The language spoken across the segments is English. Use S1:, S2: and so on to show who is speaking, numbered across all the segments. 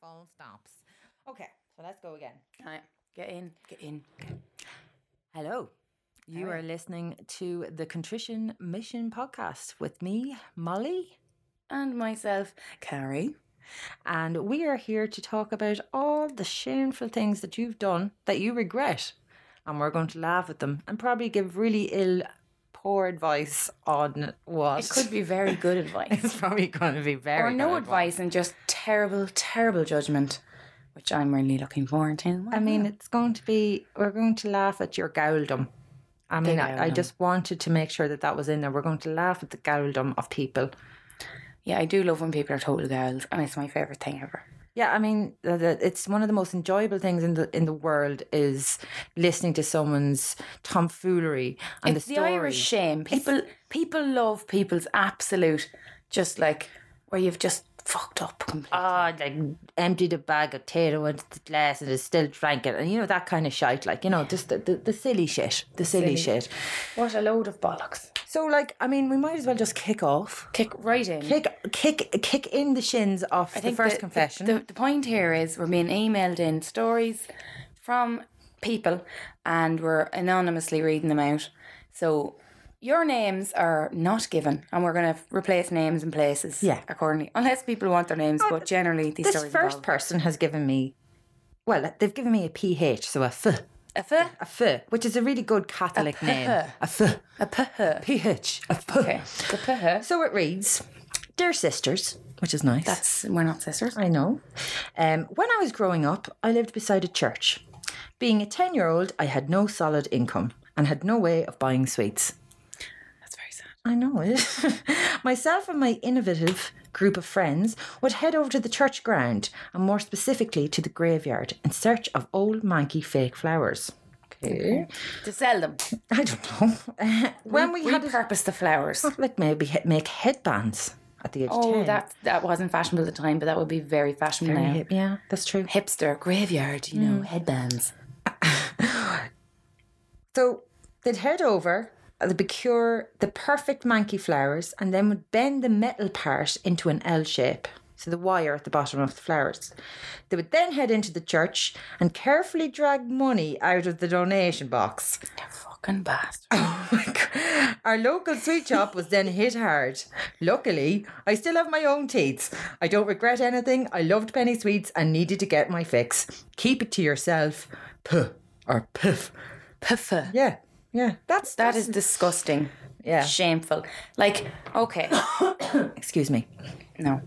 S1: phone stops. Okay, so let's go again.
S2: All right, get in, get in. Hello.
S1: All
S2: You
S1: right.
S2: are listening to the Contrition Mission podcast with me, Molly, and myself, Carrie. And we are here to talk about all the shameful things that you've done that you regret. And we're going to laugh at them and probably give really ill, poor advice on what.
S3: It could be very good advice.
S2: it's probably going to be very.
S3: or no
S2: bad
S3: advice and just terrible, terrible judgment, which I'm really looking forward to.
S2: I mean, it's going to be, we're going to laugh at your gowldom. I mean, I, I
S3: gowldom.
S2: just wanted to make sure that that was in there. We're going to laugh at the gowldom of people.
S3: yeah, I do love when people are total girls, and it's my favourite thing ever.
S2: Yeah, I mean, th- th- it's one of the most enjoyable things in the in the world is listening to someone's tomfoolery and
S3: it's
S2: the
S3: the,
S2: story.
S3: Irish shame. People, people love people's absolute, just like where you've just fucked up completely.
S2: Oh, like emptied a bag of potato into the glass and is still drank it, and you know that kind of shite. Like you know, just the, the, the silly shit, the silly, shit.
S3: what a load of bollocks!
S2: So, like, I mean, we might as well just kick off,
S3: Kick right in.
S2: kick, kick, kick in the shins off the first confession.
S3: The, the point here is we're being emailed in stories from people and we're anonymously reading them out. So your names are not given and we're going to replace names and places
S2: Yeah.
S3: accordingly. Unless people want their names, but generally these
S2: this
S3: stories
S2: first
S3: involve-
S2: person has given me, well, they've given me a ph, so a f.
S3: a f-
S2: a f, which is a really good Catholic name. A f,
S3: a p- h.
S2: ph, a f.
S3: Okay. The p- h.
S2: So it reads, "Dear sisters," which is nice.
S3: That's, we're not sisters.
S2: I know. Um, when I was growing up, I lived beside a church. Being a ten-year-old, I had no solid income and had no way of buying sweets.
S3: That's very sad.
S2: I know it. Myself and my innovative group of friends would head over to the church ground, and more specifically to the graveyard, in search of old manky fake flowers. Okay.
S3: To sell them.
S2: I don't know. when we, had Oh, a-
S3: Repurpose the flowers.
S2: like maybe he- make headbands at the age of
S3: Oh,
S2: 10.
S3: that that wasn't fashionable at the time, but that would be very fashionable
S2: Very
S3: now.
S2: hip, Mm. yeah, that's true.
S3: Hipster graveyard, you know, headbands.
S2: So they'd head over, uh, they'd procure the perfect manky flowers and then would bend the metal part into an L shape. So the wire at the bottom of the flowers. They would then head into the church and carefully drag money out of the donation box.
S3: Fucking bastard.
S2: Oh my god. Our local sweet shop was then hit hard. Luckily, I still have my own teats. I don't regret anything. I loved penny sweets and needed to get my fix. Keep it to yourself. Puh or piff.
S3: Puffer.
S2: Yeah. Yeah. That's
S3: That is disgusting.
S2: Yeah.
S3: Shameful. Like, okay.
S2: excuse me.
S3: No.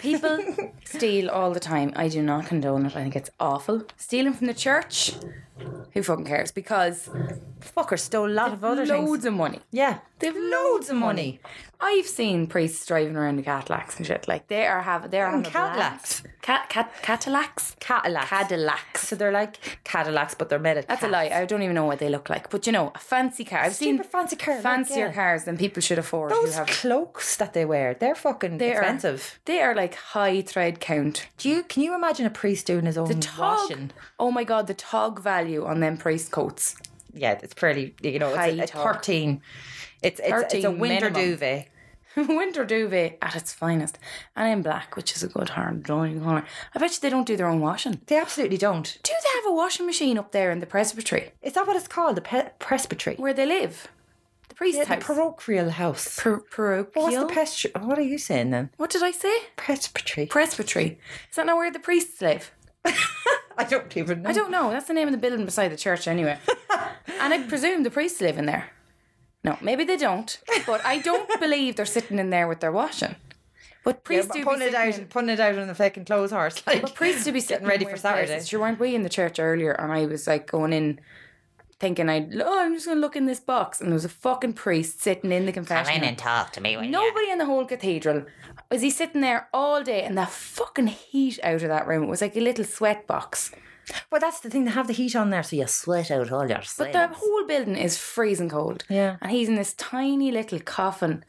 S3: People steal all the time. I do not condone it. I think it's awful. Stealing from the church, who fucking cares? Because
S2: Fucker stole a lot of other
S3: loads
S2: things.
S3: of money.
S2: Yeah.
S3: They've
S2: Loads of money.
S3: I've seen priests driving around the Cadillacs and shit. Like they are have they are having a
S2: Cadillacs.
S3: blast. Cat cat Cadillacs.
S2: Cadillacs.
S3: Cadillacs.
S2: So they're like Cadillacs, but they're made of
S3: That's a
S2: cats.
S3: lie. I don't even know what they look like. But you know, a fancy car. I've seen
S2: Stupid fancy car, like,
S3: fancier
S2: yeah.
S3: cars than people should afford. who
S2: Those
S3: have
S2: cloaks that they wear, they're fucking
S3: They are-
S2: expensive.
S3: They are like high thread count.
S2: Do you can you imagine a priest doing his own
S3: Tog.
S2: washing?
S3: Oh my god, the tog value on them price coats.
S2: yeah, it's pretty. You know, it's a,
S3: High
S2: a
S3: top.
S2: thirteen. It's it's, it's a
S3: 13
S2: winter
S3: minimum.
S2: duvet.
S3: Winter duvet at its finest. And in black, which is a good hard drawing colour. I bet you they don't do their own washing.
S2: They absolutely don't.
S3: Do they have a washing machine up there in the presbytery
S2: Is that what it's called? The pe- presbytery,
S3: where they live? The priest's
S2: the
S3: house.
S2: parochial house.
S3: Par- parochial.
S2: What's the pres- What are you saying then?
S3: what did I say?
S2: Presbytery.
S3: Presbytery. Is that not where the priests live?
S2: I don't even know.
S3: I don't know. That's the name of the building beside the church, anyway. and I presume the priests live in there. No, maybe they don't. But I don't believe they're sitting in there with their washing. But priests do be
S2: putting it
S3: sitting
S2: out,
S3: in-
S2: putting it out on the fucking clothes horse. Like,
S3: But priests do be sitting
S2: getting ready
S3: in
S2: for
S3: weird
S2: Saturday.
S3: Places. Sure, weren't we in the church earlier? And I was like going in, thinking I, would oh, I'm just going to look in this box, and there was a fucking priest sitting in the confessional.
S2: talk to me.
S3: Nobody in the whole cathedral. Was he sitting there all day in that fucking heat out of that room? It was like a little sweat box.
S2: Well, that's the thing. They have the heat on there, so you sweat out all your sweat.
S3: The whole building is freezing cold.
S2: Yeah.
S3: And he's in this tiny little coffin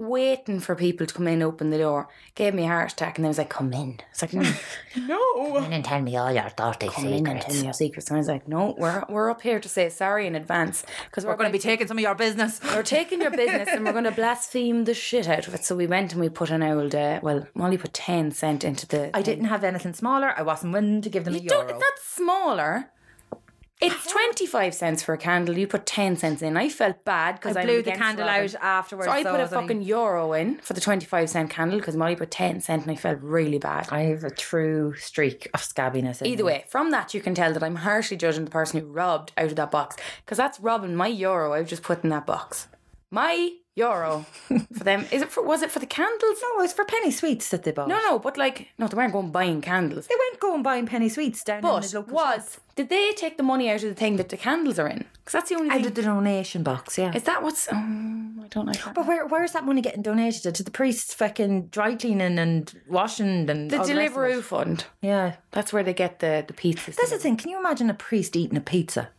S3: waiting for people to come in, open the door. Gave me a heart attack, and then was like, "Come in." It's like, "Mm."
S2: Come in and tell me all your dirty
S3: "Come in and tell me your secrets." And I was like, "No, we're we're up here to say sorry in advance because we're,
S2: We're going to be taking some of your business.
S3: we're taking your business and we're going to blaspheme the shit out of it." So we went and we put an old. Uh, well, Molly put ten cent into the.
S2: I didn't have anything smaller. I wasn't willing to give them a
S3: You don't.
S2: euro.
S3: It's not smaller. It's twenty five cents for a candle. You put ten cents in. I felt bad because
S2: I
S3: I'm
S2: blew the
S3: against
S2: candle
S3: Robin.
S2: out afterwards.
S3: So I put
S2: I
S3: a
S2: was only-
S3: fucking euro in for the 25 cent candle because Molly put 10 cent and I felt really bad.
S2: I have a true streak of scabbiness. In
S3: Either
S2: me.
S3: way, from that you can tell that I'm harshly judging the person who robbed out of that box because that's robbing my euro I've just put in that box. My euro for them. Is it for? Was it for the candles?
S2: No, it's for penny sweets that they bought.
S3: No, no, but like, no, they weren't going buying candles.
S2: They went going buying penny sweets down in
S3: But
S2: the local shop.
S3: was did they take the money out of the thing that the candles are in? Because that's the only
S2: out
S3: thing.
S2: of the donation box. Yeah.
S3: Is that what's? Um, I don't like that.
S2: but where where's that money getting donated to? To the priests, fucking dry cleaning and washing and
S3: the
S2: all rest of it.
S3: Deliveroo fund.
S2: Yeah,
S3: That's where they get the the pizzas.
S2: that's the thing. Can you imagine a priest eating a pizza?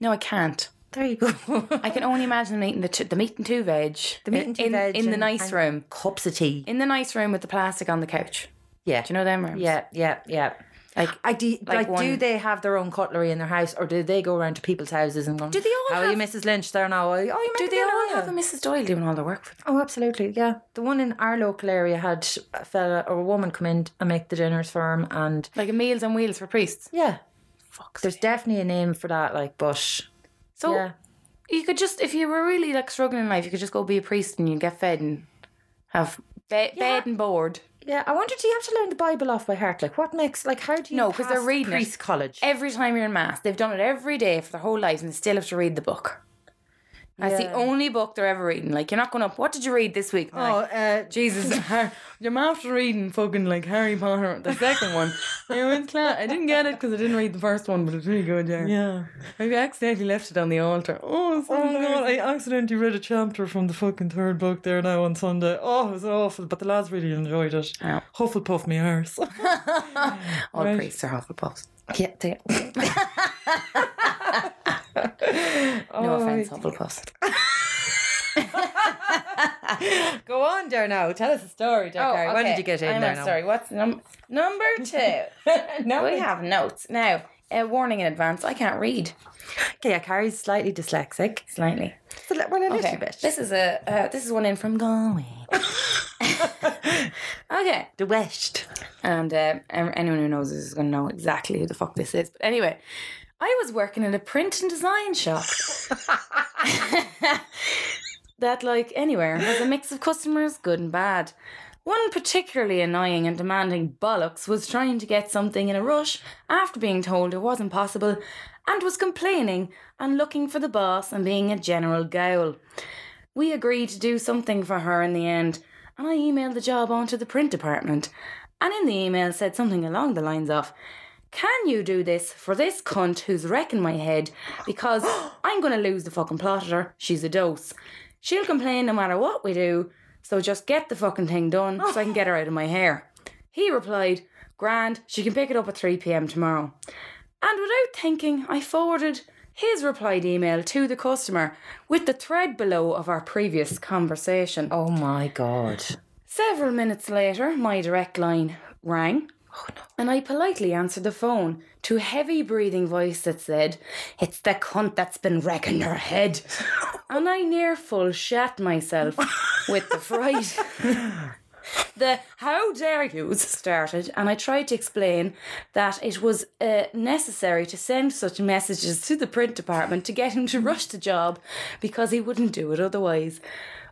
S3: no, I can't.
S2: There you go.
S3: I can only imagine them eating the, two the meat and two veg.
S2: The meat and two
S3: in,
S2: veg
S3: in the
S2: and-
S3: nice
S2: and
S3: room.
S2: Cups of tea.
S3: In the nice room with the plastic on the couch.
S2: yeah.
S3: Do you know them rooms?
S2: Yeah, yeah, yeah.
S3: Like
S2: I do, like, do
S3: one-
S2: they have their own cutlery in their house, or do they go around to people's houses and go?
S3: Do they all
S2: How are you,
S3: have-
S2: Mrs. Lynch? There now. Oh, you remember
S3: do they
S2: them?
S3: all
S2: Oh,
S3: have a
S2: yeah."
S3: Mrs. Doyle doing all the work for them?
S2: Oh, absolutely. Yeah, the one in our local area had a fella or a woman come in and make the dinners for him, and
S3: Like a meals on wheels for priests.
S2: yeah,
S3: Fuck.
S2: there's definitely a name for that. Like, but
S3: So
S2: yeah,
S3: you could just if you were really like struggling in life, you could just go be a priest and you get fed and have be- bed and board.
S2: yeah. I wonder, do you have to learn the Bible off by heart? Like, what makes like how do you?
S3: No, 'cause they're
S2: pass
S3: reading it. Eh,
S2: priest college.
S3: Every time you're in mass, they've done it every day for their whole lives and they still have to read the book. That's
S2: Yeah.
S3: the only book they're ever reading. Like you're not going up. What did you read this week? And they're like,
S2: uh,
S3: Jesus, Har- your mouth's reading fucking like Harry Potter, the second one. I went class. I didn't get it because I didn't read the first one, but it's really good, yeah.
S2: yeah.
S3: I accidentally left it on the altar. Oh, it's so embarrassing.
S2: I accidentally read a chapter from the fucking third book there now on Sunday. Oh, it was awful, but the lads really enjoyed it.
S3: Oh.
S2: Hufflepuff me arse.
S3: All priests are Hufflepuffs.
S2: Yeah, they
S3: No offense, Hufflepuffs.
S2: Go on, there now. Tell us a story, there, Gary. When did you get in
S3: Oh, I'm
S2: there
S3: on-
S2: now?
S3: Sorry, what's num- number two?
S2: No,
S3: we have notes. Now, a warning in advance I can't read
S2: Okay, yeah, Carrie's slightly dyslexic.
S3: slightly.
S2: So, le- well, a little
S3: Okay,
S2: bit.
S3: this is a uh, this is one in from Galway. okay,
S2: The West.
S3: And uh, ev- anyone who knows this is going to know exactly who the fuck this is. But anyway, I was working in a print and design shop. that, like anywhere, has a mix of customers, good and bad. One particularly annoying and demanding bollocks was trying to get something in a rush after being told it wasn't possible and was complaining and looking for the boss and being a general gowl. We agreed to do something for her in the end, and I emailed the job on to the print department. And in the email said something along the lines of, "Can you do this for this cunt who's wrecking my head? Because I'm gonna lose the fucking plot at her. She's a dose. She'll complain no matter what we do. So just get the fucking thing done so I can get her out of my hair." He replied, "Grand. She can pick it up at 3 p.m. tomorrow." And without thinking, I forwarded his replied email to the customer with the thread below of our previous conversation.
S2: Oh my god.
S3: Several minutes later, my direct line rang. And I politely answered the phone to a heavy breathing voice that said, It's the cunt that's been wrecking her head. and I near full shat myself with the fright. the how dare yous started, and I tried to explain that it was uh, necessary to send such messages to the print department to get him to rush the job because he wouldn't do it otherwise.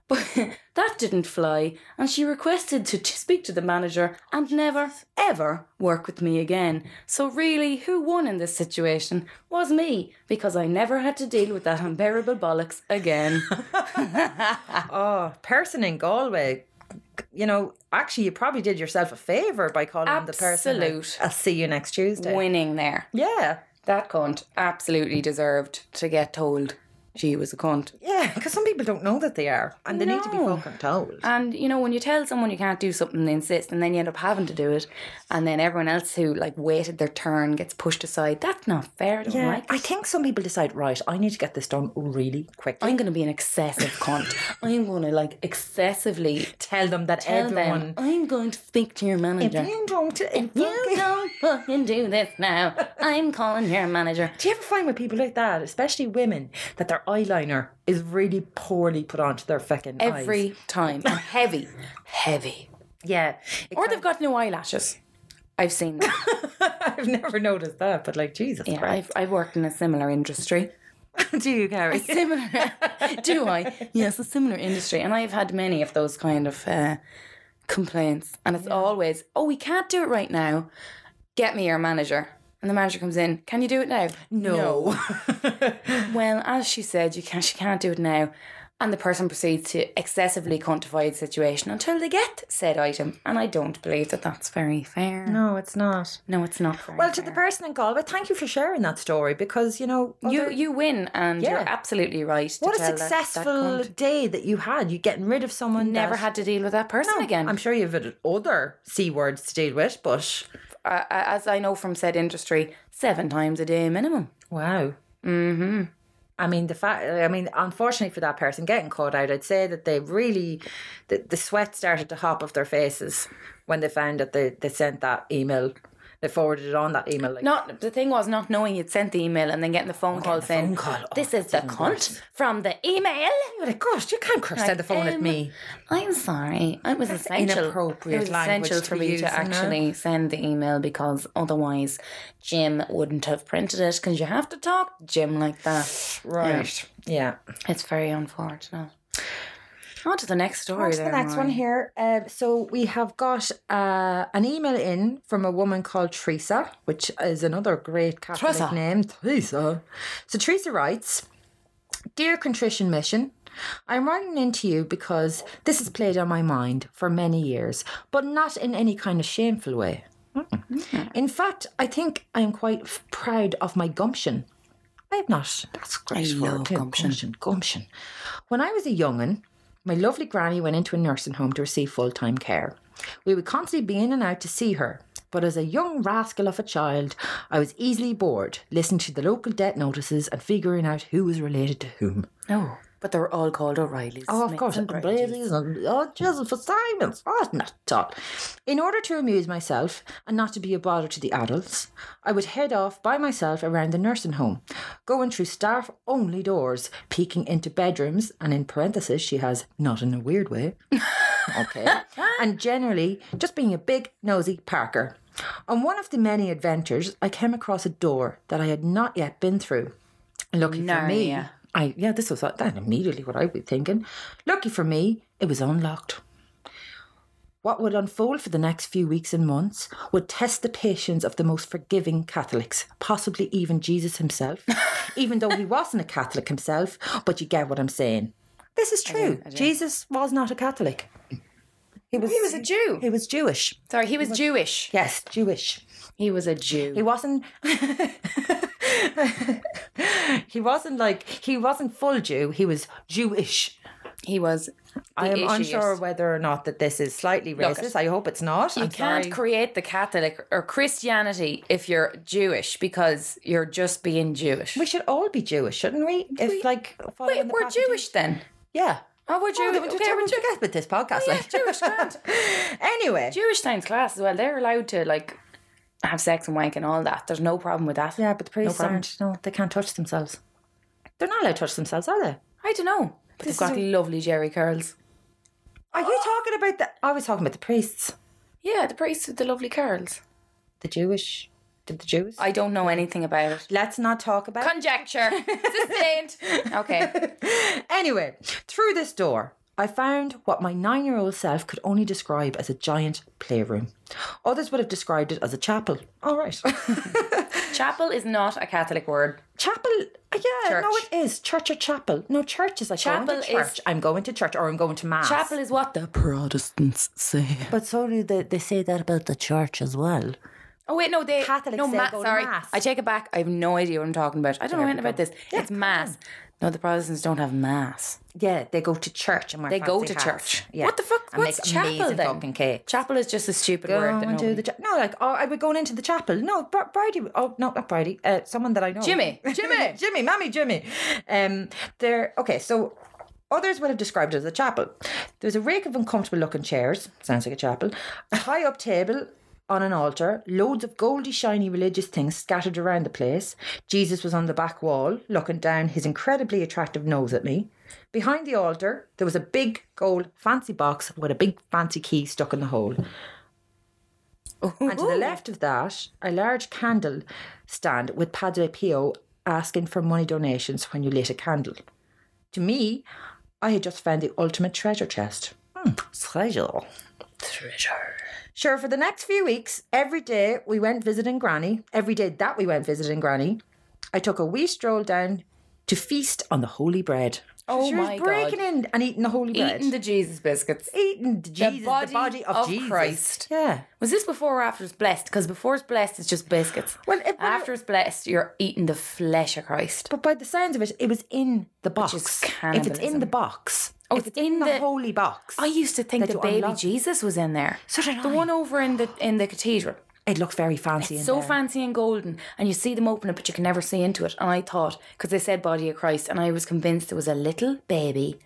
S3: But that didn't fly, and she requested to t- speak to the manager and never, ever work with me again. So, really, who won in this situation was me, because I never had to deal with that unbearable bollocks again.
S2: Oh, person in Galway. You know, actually, you probably did yourself a favour by calling the person. like,
S3: Absolute.
S2: I'll see you next Tuesday.
S3: Winning there.
S2: Yeah.
S3: That cunt absolutely deserved to get told she was a cunt.
S2: Yeah, because some people don't know that they are, and they need to be
S3: No.
S2: fucking told.
S3: And you know, when you tell someone you can't do something, they insist, and then you end up having to do it, and then everyone else who like waited their turn gets pushed aside. That's not fair. I don't
S2: yeah,
S3: like
S2: I
S3: it.
S2: think some people decide, right, I need to get this done really quick.
S3: I'm going to be an excessive cunt. I'm going to like excessively
S2: tell them that
S3: tell
S2: everyone.
S3: them I'm going to speak to your
S2: If
S3: manager.
S2: you don't, if
S3: You don't fucking do this now. I'm calling your manager.
S2: Do you ever find with people like that, especially women, that their eyeliner is really poorly put onto their fucking eyes?
S3: Every time. And heavy. Heavy.
S2: Yeah.
S3: Or they've got no eyelashes. I've seen that.
S2: I've never noticed that, but like Jesus
S3: Yeah,
S2: Christ.
S3: I've, I've worked in a similar industry.
S2: Do you, Carrie?
S3: Similar. do I? Yes, a similar industry. And I've had many of those kind of uh, complaints. And it's always, oh, we can't do it right now. Get me your manager. And the manager comes in, can you do it now?
S2: No.
S3: Well, as she said, you can she can't do it now. And the person proceeds to excessively quantify the situation until they get said item. And I don't believe that that's very fair. No,
S2: no, it's not.
S3: it's not fair.
S2: Well, to the person in Galway, thank you for sharing that story because, you know,
S3: you
S2: other-
S3: you win, and you're
S2: Yeah.
S3: absolutely right. to
S2: what a
S3: tell that- that
S2: successful
S3: cunt.
S2: day that you had. You're getting rid of someone.
S3: Never
S2: that-
S3: had to deal with that person again.
S2: I'm sure you've had other C words to deal with, but.
S3: I- I- Uh, as I know from said industry, seven times a day minimum.
S2: Wow. Mm-hmm. I mean, the fact. I mean, unfortunately for that person getting caught out, I'd say that they really, the, the sweat started to hop off their faces when they found that they, they sent that email. They forwarded it on that email. Like,
S3: Not the thing was not knowing you'd sent the email and then getting the phone call
S2: the
S3: saying,
S2: phone call. Oh,
S3: "This is
S2: that's
S3: the
S2: even
S3: cunt
S2: worse.
S3: from the email."
S2: You're like, "Oh gosh, you can't curse out the phone at
S3: um,
S2: me.
S3: I'm sorry. It was essential.
S2: inappropriate
S3: it was
S2: language
S3: essential
S2: to
S3: for
S2: be
S3: me
S2: using
S3: to
S2: there.
S3: actually send the email because otherwise Jim wouldn't have printed it because you have to talk to Jim like that.
S2: Right. Yeah.
S3: It's very unfortunate. On to the next story.
S2: On to the
S3: there,
S2: next one
S3: Maureen.
S2: here. Uh, so we have got uh, an email in from a woman called Teresa, which is another great Catholic
S3: Teresa.
S2: name. Teresa. So Teresa writes, "Dear Contrition Mission." I'm writing in to you because this has played on my mind for many years, but not in any kind of shameful way. In fact, I think I am quite f- proud of my gumption. I have not. That's a great
S3: I
S2: word.
S3: love
S2: too.
S3: gumption.
S2: gumption. Gumption. When I was a young'un, my lovely granny went into a nursing home to receive full time care. We would constantly be in and out to see her, but as a young rascal of a child, I was easily bored, listening to the local debt notices and figuring out who was related to whom.
S3: No, Oh, but they were all called O'Reillys.
S2: Oh, of
S3: Smiths
S2: course,
S3: and
S2: and
S3: Brady's.
S2: Brady's and oh, Joseph Simons. Oh, not at all. In order to amuse myself and not to be a bother to the adults, I would head off by myself around the nursing home, going through staff only doors, peeking into bedrooms, and in parentheses, she has not in a weird way. okay. And generally, just being a big, nosy Parker. On one of the many adventures, I came across a door that I had not yet been through. Lucky for me,
S3: Narnia.
S2: I yeah, this was that immediately what I was thinking. Lucky for me, it was unlocked. What would unfold for the next few weeks and months would test the patience of the most forgiving Catholics, possibly even Jesus himself, even though he wasn't a Catholic himself. But you get what I'm saying. This is true. Jesus was not a Catholic. He was.
S3: He was a Jew.
S2: He was Jewish.
S3: Sorry, he was Jewish.
S2: Yes, Jewish.
S3: He was a Jew.
S2: He wasn't. he wasn't like he wasn't full Jew. He was Jewish.
S3: He was.
S2: I am
S3: the issueist.
S2: unsure whether or not that this is slightly
S3: Look,
S2: racist. I hope it's not.
S3: You
S2: I'm
S3: can't
S2: sorry.
S3: create the Catholic or Christianity if you're Jewish because you're just being Jewish.
S2: we should all be Jewish, shouldn't we? If like following
S3: Wait,
S2: the
S3: we're
S2: path of
S3: Jewish then.
S2: yeah.
S3: Oh, we're
S2: Oh,
S3: Jewish.
S2: we
S3: okay, we're Jew-
S2: forget with this podcast.
S3: yeah,
S2: like.
S3: Jewish, grand.
S2: anyway,
S3: Jewish science class as well. They're allowed to like have sex and wank and all that. There's no problem with that.
S2: yeah, but the priests
S3: problem.
S2: aren't. No, they can't touch themselves. They're not allowed to touch themselves, are they?
S3: I don't know. But they've got lovely jerry curls.
S2: Are you talking about the? I was talking about the priests,
S3: Yeah, the priests with the lovely curls.
S2: the Jewish, did the Jews.
S3: I don't know anything about it.
S2: Let's not talk about.
S3: Conjecture. Sustained. Okay.
S2: Anyway, through this door, I found what my nine year old self could only describe as a giant playroom. Others would have described it as a chapel. All right.
S3: Chapel is not a Catholic word.
S2: chapel, uh, yeah, no,
S3: Church.
S2: it is. Church or chapel. No, church is like going
S3: Chapel
S2: to
S3: is-
S2: church. I'm going to church or I'm going to mass.
S3: Chapel is what the Protestants say.
S2: But so do they, they say that about the church as well.
S3: Oh wait, no, they
S4: Catholics
S3: no
S4: say
S3: ma-
S4: go to
S3: sorry,
S4: mass.
S3: I take it back. I have no idea what I'm talking about. I don't know anything about this. it's mass. No, the Protestants don't have mass.
S2: Yeah, they go to church and wear
S3: They go
S2: fancy
S3: to
S2: hats.
S3: church.
S2: Yeah.
S3: What the fuck?
S2: And
S3: What's
S2: make
S3: chapel
S2: amazing
S3: then?
S2: fucking cake.
S3: Chapel is just a stupid word. That
S2: Going to
S3: nobody-
S2: the cha- no, like oh, I would going into the chapel. No, Br- Bridie. Oh no, not Bridie. Uh, someone that I know.
S3: Jimmy. Jimmy.
S2: Jimmy, Mammy Jimmy. Um, they're okay. So others would have described it as a chapel. There's a rake of uncomfortable looking chairs. Sounds like a chapel. A high up table on an altar. Loads of goldy shiny religious things scattered around the place. Jesus was on the back wall, looking down his incredibly attractive nose at me. Behind the altar, there was a big gold fancy box with a big fancy key stuck in the hole. And to the left of that, a large candle stand with Padre Pio asking for money donations when you lit a candle. To me, I had just found the ultimate treasure chest. Hmm, treasure. Treasure. Sure, for the next few weeks, every day we went visiting Granny, every day that we went visiting Granny, I took a wee stroll down to feast on the holy bread.
S3: Oh
S2: she was
S3: my God.
S2: breaking in and eating the holy bread.
S3: Eating the Jesus biscuits.
S2: Eating the Jesus, the body, of, Jesus.
S3: Christ.
S2: Yeah.
S3: Was this before or after it's blessed? Because before it's blessed, it's just biscuits.
S2: Well, it- well,
S3: after it's blessed, you're eating the flesh of Christ.
S2: But by the sounds of it, it was in the box.
S3: is
S2: if it's in the
S3: cannibalism.
S2: box,
S3: Oh,
S2: if it's in the, holy box.
S3: I used to think
S2: that
S3: the
S2: you
S3: baby
S2: unlock-
S3: Jesus was in there.
S2: So did
S3: the
S2: I.
S3: one over in the in the cathedral.
S2: It looked very fancy. in
S3: so
S2: there.
S3: fancy and golden, and you see them open it, but you can never see into it. And I thought because they said body of Christ, and I was convinced it was a little baby.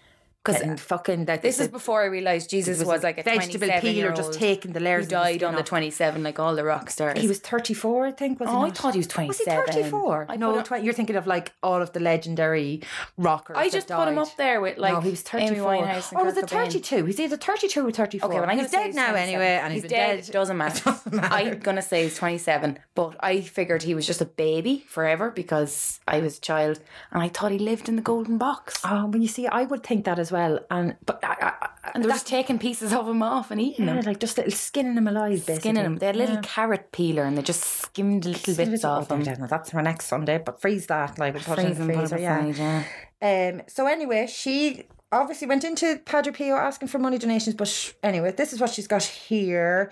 S3: Because
S2: and fucking that.
S3: this is before I realised Jesus was, like a
S2: vegetable peeler, just taking the layers.
S3: Who
S2: of the
S3: died
S2: skin
S3: on the
S2: off.
S3: twenty seven like all the rock stars.
S2: He was thirty-four, I think. Was he
S3: Oh, I
S2: not?
S3: thought he was twenty
S2: Was he
S3: seven.
S2: thirty-four? No, tw- you're thinking of like all of the legendary rockers.
S3: I
S2: that
S3: just put him
S2: died.
S3: up there with like
S2: No, he was
S3: Amy
S2: thirty-four.
S3: Winehouse and
S2: or was
S3: Kurt
S2: it
S3: Cobain.
S2: thirty-two? He's either thirty-two or thirty-four.
S3: Okay, well, I'm
S2: he's
S3: gonna say
S2: dead now
S3: 27.
S2: anyway, and
S3: he's
S2: been
S3: dead.
S2: dead.
S3: Doesn't matter. I'm gonna say he's 27, but I figured he was just a baby forever because I was a child, and I thought he lived in the golden box,
S2: Oh, well, you see, I would think that as well, and but I, I, I-
S3: and they were just taking pieces of him off and eating
S2: Yeah,
S3: them,
S2: like just little skinning them alive, basically.
S3: skinning them. They had a little carrot peeler, and they just skimmed little bits
S2: Oh,
S3: off
S2: there,
S3: him.
S2: there, no, That's for next Sunday, but freeze that. Like, we'll put it in
S3: Freeze them,
S2: the
S3: put
S2: freezer,
S3: them
S2: yeah.
S3: aside, yeah.
S2: Um, so, anyway, she obviously went into Padre Pio asking for money donations, but sh- anyway, this is what she's got here.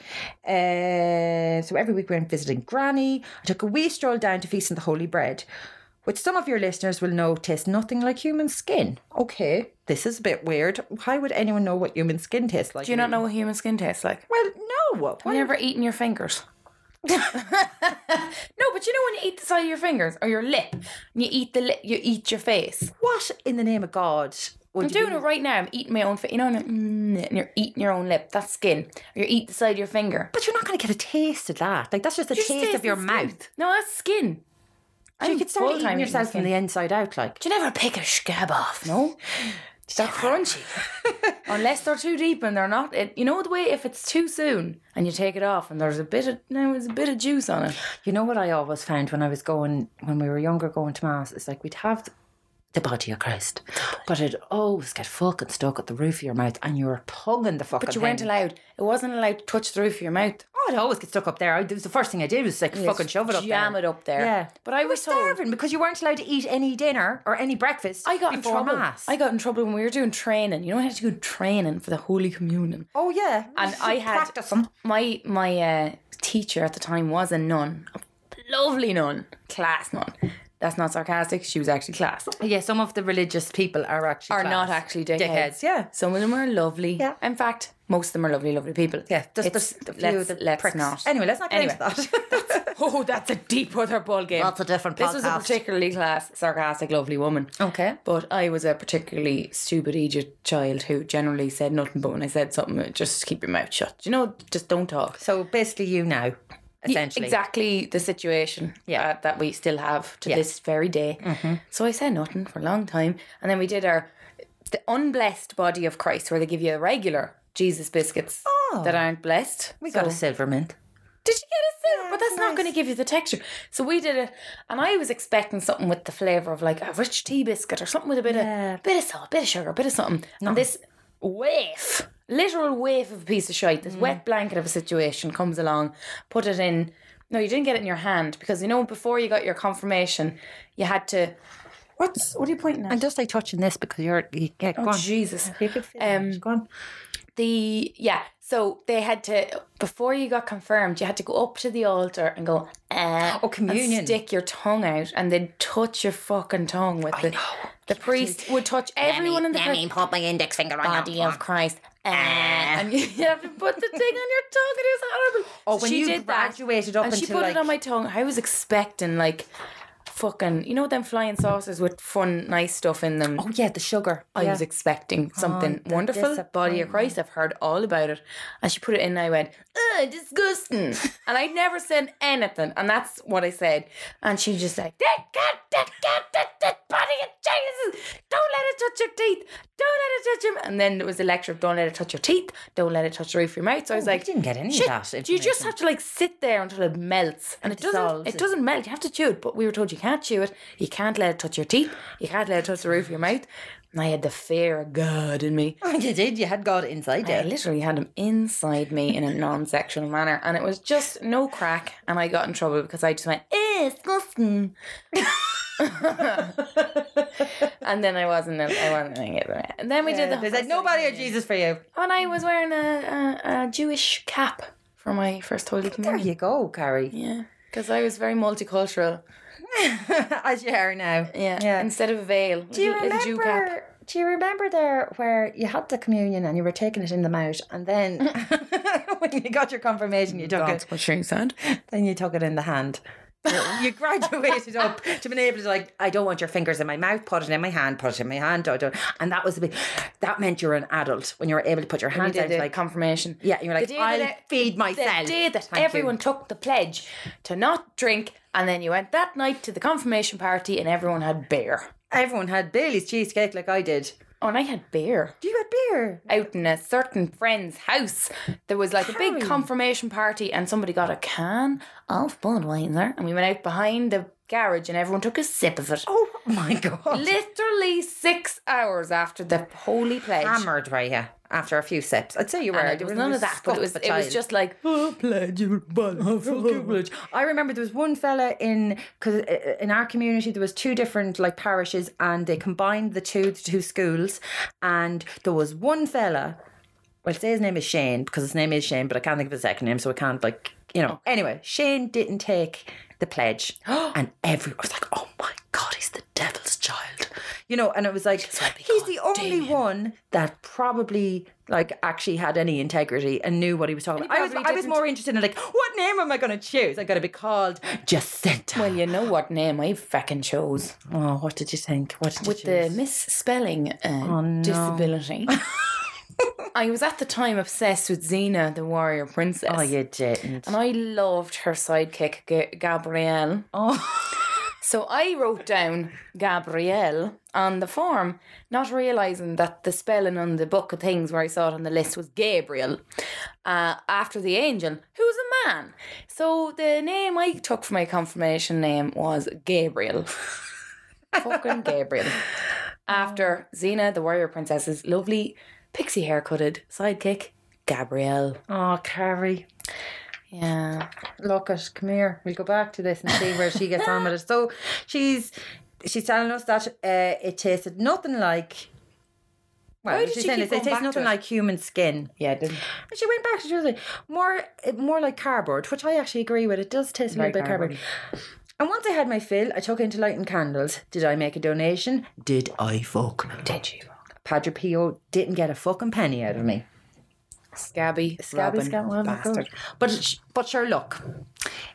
S2: Uh, so, every week we went visiting Granny. I took a wee stroll down to feast on the Holy Bread. Which some of your listeners will know tastes nothing like human skin. Okay, this is a bit weird. How would anyone know what human skin tastes like?
S3: Do you not know what human skin tastes like?
S2: Well, no.
S3: Have
S2: Well,
S3: you ever eaten your fingers? no, but you know when you eat the side of your fingers or your lip, and you eat the lip, you eat your face.
S2: What in the name of God? Would
S3: I'm
S2: you
S3: doing it right now. I'm eating my own face. You know, and, I'm, mm, and you're eating your own lip. That's skin. Or you eat the side of your finger.
S2: But you're not going to get a taste of that. Like that's just a
S3: Just
S2: taste of your
S3: the skin.
S2: mouth.
S3: No, that's skin.
S2: So you could start
S3: full-time
S2: eating
S3: eating
S2: yourself from
S3: skin.
S2: the inside out. Like
S3: Do you never pick a scab off? No, they're crunchy. Unless they're too deep and they're not. It, you know the way if it's too soon and you take it off and there's a bit of now there's a bit of juice on it.
S2: you know what I always found when I was going when we were younger going to mass. It's like we'd have the body of Christ, but it'd always get fucking stuck at the roof of your mouth, and you were pulling the fucking.
S3: But you weren't
S2: thing.
S3: allowed. It wasn't allowed to touch the roof of your mouth.
S2: Oh, it always gets stuck up there. I, it was the first thing I did was like fucking shove it up
S3: Jam
S2: there.
S3: it up there.
S2: Yeah,
S3: But I
S2: You were
S3: was told.
S2: starving because you weren't allowed to eat any dinner or any breakfast.
S3: I got in
S2: before
S3: trouble.
S2: mass.
S3: I got in trouble when we were doing training. You know, I had to do training for the Holy Communion.
S2: oh yeah,
S3: And I had-
S2: practicing.
S3: My my uh, teacher at the time was a nun, a lovely nun, class nun. That's not sarcastic. She was actually class.
S2: Yeah, some of the religious people are actually
S3: Are
S2: class.
S3: not actually dickheads.
S2: Dickheads, yeah.
S3: Some of them are lovely.
S2: Yeah.
S3: In fact, most of them are lovely, lovely people.
S2: Yeah, just
S3: It's-
S2: the, the few
S3: let's,
S2: of the
S3: let's
S2: pricks.
S3: not.
S2: Anyway, let's not get
S3: Anyway.
S2: into that.
S3: Oh, that's a deep other ball game.
S2: That's a different
S3: This was a
S2: podcast.
S3: particularly class, sarcastic, lovely woman.
S2: Okay.
S3: But I was a particularly stupid idiot child who generally said nothing but when I said something, just keep your mouth shut. You know, just don't talk.
S2: so basically, you now, essentially.
S3: Exactly the situation
S2: Yeah.
S3: uh, that we still have to
S2: Yeah. Mm-hmm.
S3: this very day. So I said nothing for a long time. And then we did our the unblessed body of Christ where they give you a regular Jesus biscuits that aren't blessed.
S2: Oh. We got a silver mint.
S3: Did you get a silver? but that's not
S2: nice.
S3: going to give you the texture. So we did it, and I was expecting something with the flavour of like a rich tea biscuit or something with a bit
S2: Yeah.
S3: of bit of salt, bit of sugar, bit of something. And this waif, literal waif of a piece of shite,
S2: Mm.
S3: this wet blanket of a situation comes along, put it in. No, you didn't get it in your hand because you know before you got your confirmation, you had to. What's what are you pointing at?
S2: just like touching this because you're. You, yeah, go
S3: Jesus.
S2: You could feel it.
S3: Oh, Um,
S2: Go on.
S3: The yeah, so they had to before you got confirmed, you had to go up to the altar and go eh,
S2: Oh, communion.
S3: and stick your tongue out, and they'd touch your fucking tongue with the the priest would touch everyone in the
S2: Let me
S3: pri-
S2: put my index finger on Uh.
S3: body
S2: your
S3: of Christ, eh, and you have to put the thing on your tongue. It is horrible.
S2: Oh,
S3: So
S2: when
S3: she
S2: you
S3: did that,
S2: graduated up
S3: and she
S2: into
S3: put
S2: like,
S3: it on my tongue. I was expecting like fucking, you know, them flying saucers with fun, nice stuff in them.
S2: oh yeah, the sugar.
S3: I was expecting something
S2: the
S3: wonderful. Body of
S2: disappointment.
S3: Christ, I've heard all about it. And she put it in, and I went, ugh, disgusting. and I never said anything. And that's what I said. And she just like, that, that, that, that, that, that body of Jesus, don't let it touch your teeth. Don't let it touch your. And then there was a lecture of don't let it touch your teeth, don't let it touch the roof of your mouth. So I was
S2: I
S3: like,
S2: Oh, didn't get any
S3: Shit,
S2: of that.
S3: do you just
S2: information.
S3: have to like sit there until it melts? And it, doesn't.
S2: dissolves.
S3: It doesn't melt. You have to chew it. But we were told you can't chew it. You can't let it touch your teeth. You can't let it touch the roof of your mouth. And I had the fear of God in me.
S2: you did. You had God inside
S3: I
S2: you.
S3: literally had him inside me in a non-sexual manner, and it was just no crack. And I got in trouble because I just went, "Eh, disgusting." and then I wasn't. I wasn't doing it. And then we did the.
S2: They said nobody or Jesus for you.
S3: And I was wearing a, a, a Jewish cap for my first holy
S2: There
S3: communion.
S2: you go, Carrie.
S3: Yeah, because I was very multicultural.
S2: As you are now.
S3: Yeah,
S2: Yeah.
S3: instead of a veil,
S2: Do you
S3: a Jew cap.
S2: remember? Do you remember there where you had the communion and you were taking it in the mouth, and then when you got your confirmation, you took it.
S3: what she said.
S2: Then you took it in the hand. you graduated up to being able to like, I don't want your fingers in my mouth. Put it in my hand. Put it in my hand. Don't, don't. And that was the big, that meant you were an adult when you were able to put your
S3: We
S2: hands
S3: did
S2: out.
S3: the
S2: Like,
S3: confirmation.
S2: yeah, you were like,
S3: The day that
S2: I'll
S3: I-
S2: feed
S3: The
S2: myself.
S3: day that
S2: Thank you.
S3: everyone took the pledge to not drink, and then you went that night to the confirmation party, and everyone had beer.
S2: everyone had Bailey's cheesecake like I did.
S3: Oh, and I had beer.
S2: Do you had beer?
S3: out in a certain friend's house. There was like a big
S2: Harry.
S3: confirmation party, and somebody got a can of Budweiser, and we went out behind the garage, and everyone took a sip of it.
S2: Oh my god!
S3: Literally six hours after the holy pledge.
S2: hammered, were you? After a few sips, I'd say you were.
S3: And it
S2: You
S3: was
S2: were
S3: none of that, but it was
S2: scuffed
S3: it was
S2: child.
S3: just like
S2: Oh, I remember there was one fella in because in our community there was two different like parishes and they combined the two the two schools, and there was one fella. Well, say his name is Shane because his name is Shane, but I can't think of his second name, so I can't like you know. Anyway, Shane didn't take the pledge, and everyone was like, "Oh my god, he's the devil's child," you know. And it was like he's the only one that probably like actually had any integrity and knew what he was talking about. I was,
S3: probably
S2: I was
S3: didn't.
S2: more interested in like, what name am I going to choose? I got to be called Jacinta.
S3: well, you know what name I fucking chose
S2: oh, what did you think? What did
S3: with
S2: you
S3: the
S2: choose? Oh,
S3: misspelling uh,
S2: no.
S3: disability. I was at the time obsessed with Xena, the warrior princess.
S2: oh, you didn't.
S3: And I loved her sidekick, G- Gabrielle.
S2: Oh,
S3: So I wrote down Gabrielle on the form, not realizing that the spelling on the book of things where I saw it on the list was Gabriel, uh, after the angel, who's a man. So the name I took for my confirmation name was Gabriel. Fucking Gabriel. After Xena, the warrior princess's lovely pixie hair cutted sidekick, Gabrielle.
S2: oh, Carrie.
S3: Yeah.
S2: Look at, come here. We'll go back to this and see where she gets on with it. So she's she's telling us that uh, it tasted nothing like. Well,
S3: Why did
S2: she's
S3: she
S2: saying it,
S3: keep
S2: it
S3: going
S2: tastes
S3: back to
S2: nothing
S3: it?
S2: like human skin.
S3: Yeah, it didn't.
S2: And she went back to she was like, more, uh, more like cardboard, which I actually agree with. It does taste a
S3: Very
S2: little bit cardboard. And once I had my fill, I took into lighting candles. Did I make a donation? Did I fuck?
S3: Did you?
S2: Padre Pio didn't get a fucking penny out of me.
S3: Scabby,
S2: Gabby
S3: scabby,
S2: Scott- oh my
S3: bastard.
S2: God. But it's- but sure, look,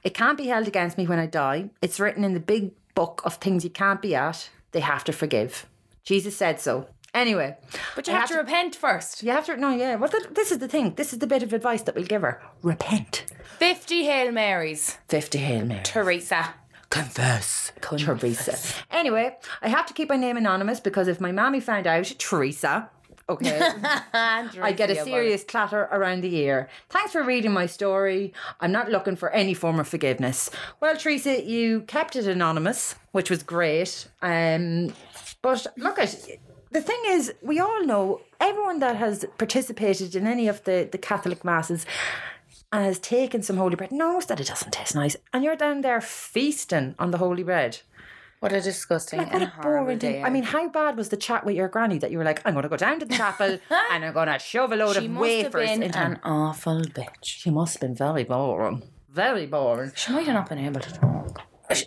S2: it can't be held against me when I die. It's written in the big book of things you can't be at. They have to forgive. Jesus said so. Anyway,
S3: But you have, to, repent first.
S2: you have to. No, yeah. Well, th- this is the thing. This is the bit of advice that we'll give her. Repent.
S3: 50 Hail Marys,
S2: Fifty Hail Mary.
S3: Teresa.
S2: Confess. Teresa. Anyway, I have to keep my name anonymous because if my mammy found out, Teresa, okay, I get a serious clatter around the ear. Thanks for reading my story. I'm not looking for any form of forgiveness. Well, Teresa, you kept it anonymous, which was great. Um, but look at the thing is, we all know everyone that has participated in any of the, the Catholic masses and has taken some holy bread knows that it doesn't taste nice. And you're down there feasting on the holy bread.
S3: What a disgusting
S2: Like, what
S3: and
S2: a
S3: horrible
S2: boring
S3: day.
S2: thing. I mean, how bad was the chat with your granny that you were like, I'm going to go down to the chapel and I'm going to shove a load
S3: she
S2: of
S3: must have
S2: wafers
S3: been
S2: into
S3: an awful bitch.
S2: She must have been very boring. Very boring.
S3: She might have not been able to talk.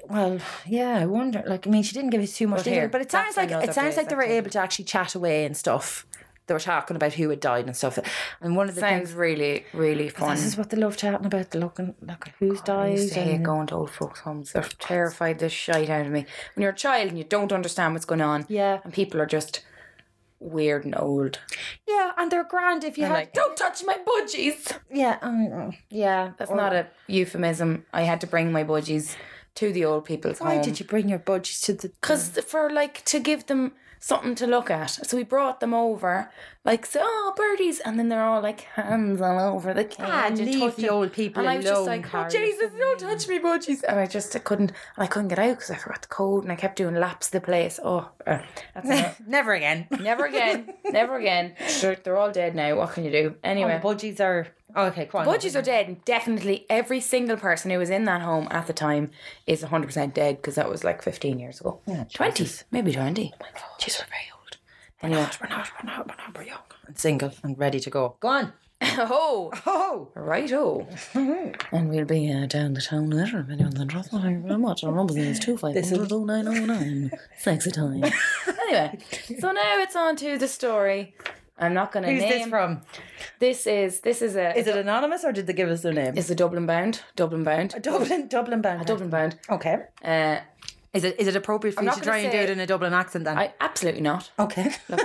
S2: Well, yeah, I wonder. Like, I mean, she didn't give us too much
S3: But
S2: detail,
S3: here,
S2: but it
S3: that's
S2: sounds like
S3: another
S2: it sounds like they were
S3: place, I
S2: able to actually chat away and stuff. They were talking about who had died and stuff. And one of the
S3: Sounds really, really fun.
S2: things, this is what they love chatting about. They're looking, look at who's
S3: I
S2: died.
S3: used to hate
S2: and-
S3: going to old folks' homes. They're terrified the shite out of me. When you're a child and you don't understand what's going on,
S2: Yeah.
S3: and people are just weird and old.
S2: yeah, and they're grand if you
S3: You're
S2: had.
S3: like, don't touch my budgies.
S2: yeah, um, yeah.
S3: That's not a euphemism. I had to bring my budgies to the old people's
S2: Why
S3: home.
S2: did you bring your budgies to the?
S3: Because for like to give them something to look at. So we brought them over, like, so, oh, birdies. And then they're all like hands all over the cage.
S2: Ah,
S3: and
S2: leave
S3: touching.
S2: the old people
S3: And I was just
S2: alone,
S3: like, oh,
S2: Carol,
S3: Jesus, don't touch me budgies. And I just I couldn't, I couldn't get out because I forgot the code and I kept doing laps of the place. Oh, uh, that's enough.
S2: Never again.
S3: never again. Never again. Sure, Oh, they're all dead now. What can you do? Anyway.
S2: budgies are oh, okay. Come on.
S3: Budgies are dead, and definitely every single person who was in that home at the time is 100% dead because that was like 15 years ago. Yeah, 20, maybe 20. Oh my God. Jeez, we're very old. Anyway.
S2: We're not. We're not. We're not. We're young and single and ready to go. Go on.
S3: Oh,
S2: Oh.
S3: right, oh. and we'll be uh, down the town later if anyone's interested. Thank you very much. Our number is 2500909. Sexy time. anyway, so now it's on to the story. I'm not going to
S2: Who's
S3: name.
S2: this from?
S3: This is, this is a,
S2: Is it anonymous or did they give us their name?
S3: is a Dublin bound. Dublin bound.
S2: Dublin, Dublin band.
S3: Dublin bound.
S2: Okay.
S3: Uh,
S2: Is it is it appropriate for you
S3: not
S2: to
S3: gonna
S2: try and do
S3: say-
S2: it in a Dublin accent then?
S3: I absolutely not.
S2: okay. do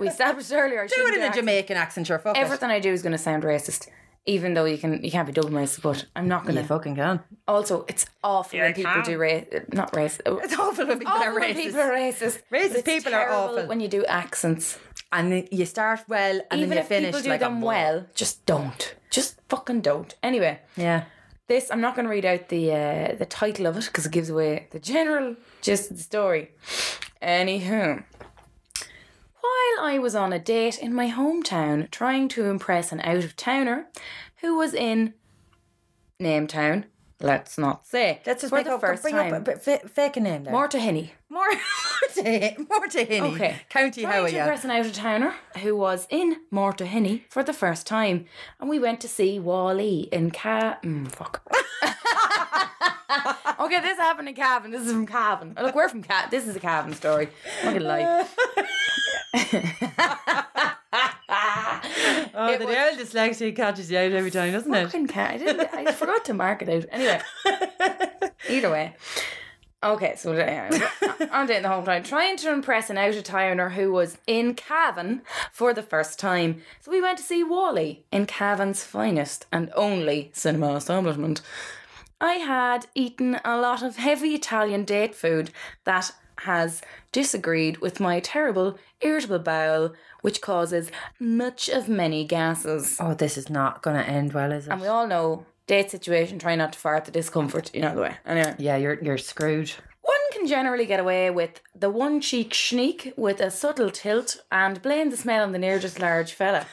S3: We established earlier. I do
S2: it in a Jamaican accent, sure. Fuck it.
S3: Everything I do is going to sound racist, even though you can you can't be double racist. But I'm not going to.
S2: You fucking can.
S3: Also, it's awful when people do race. Not racist.
S2: It's awful when people
S3: Awful
S2: are
S3: when
S2: racist.
S3: people are racist.
S2: Racist
S3: But it's
S2: people are
S3: terrible
S2: awful.
S3: when you do accents.
S2: and then you start well and
S3: Even
S2: then you
S3: if
S2: finish
S3: people do
S2: like a
S3: them
S2: bull.
S3: well, just don't. Just fucking don't. Anyway,
S2: Yeah.
S3: this I'm not going to read out the uh, the title of it because it gives away the general gist of the story. Anywho, while I was on a date in my hometown trying to impress an out of towner who was in name town, let's not say.
S2: Let's just
S3: for
S2: make
S3: the
S2: up,
S3: first
S2: bring
S3: time.
S2: up a, fa- fake a name there.
S3: Marta Hinney.
S2: more, more to him. More to him.
S3: Okay.
S2: County
S3: Trying
S2: Howie.
S3: to impress an out of towner who was in Marta Hinney for the first time, and we went to see Wally in Ca. Mm, fuck. okay, this happened in Cavan. This is from Cavan. Look, we're from Cavan. This is a Cavan story. I'm not gonna lie.
S2: Oh, the old dyslexia catches you out every time, doesn't it?
S3: Fucking Ca- I didn't. I forgot to mark it out. Anyway, either way. Okay, so uh, I'm dating the whole time, trying to impress an out of towner who was in Cavan for the first time. So we went to see Wally in Cavan's finest and only cinema establishment. I had eaten a lot of heavy Italian date food that has disagreed with my terrible irritable bowel, which causes much of many gases.
S2: Oh, this is not going to end well, is it?
S3: And we all know date situation, try not to fart the discomfort, you know the way. Anyway.
S2: yeah, you're you're screwed.
S3: One can generally get away with the one cheek sneak with a subtle tilt and blame the smell on the nearest large fella.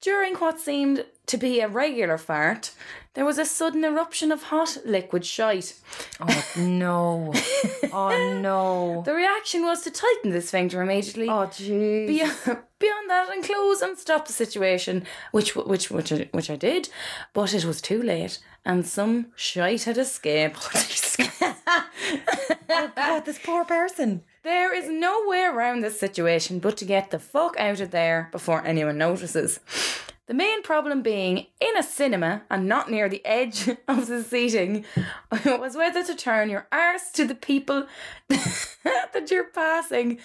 S3: During what seemed to be a regular fart, there was a sudden eruption of hot liquid shite.
S2: Oh no. oh no.
S3: The reaction was to tighten the sphincter immediately.
S2: Oh jeez.
S3: beyond, beyond that and close and stop the situation, which w- which which I- which I did, but it was too late, and some shite had escaped.
S2: God, this poor person.
S3: there is no way around this situation but to get the fuck out of there before anyone notices. The main problem being in a cinema and not near the edge of the seating was whether to turn your arse to the people that you're passing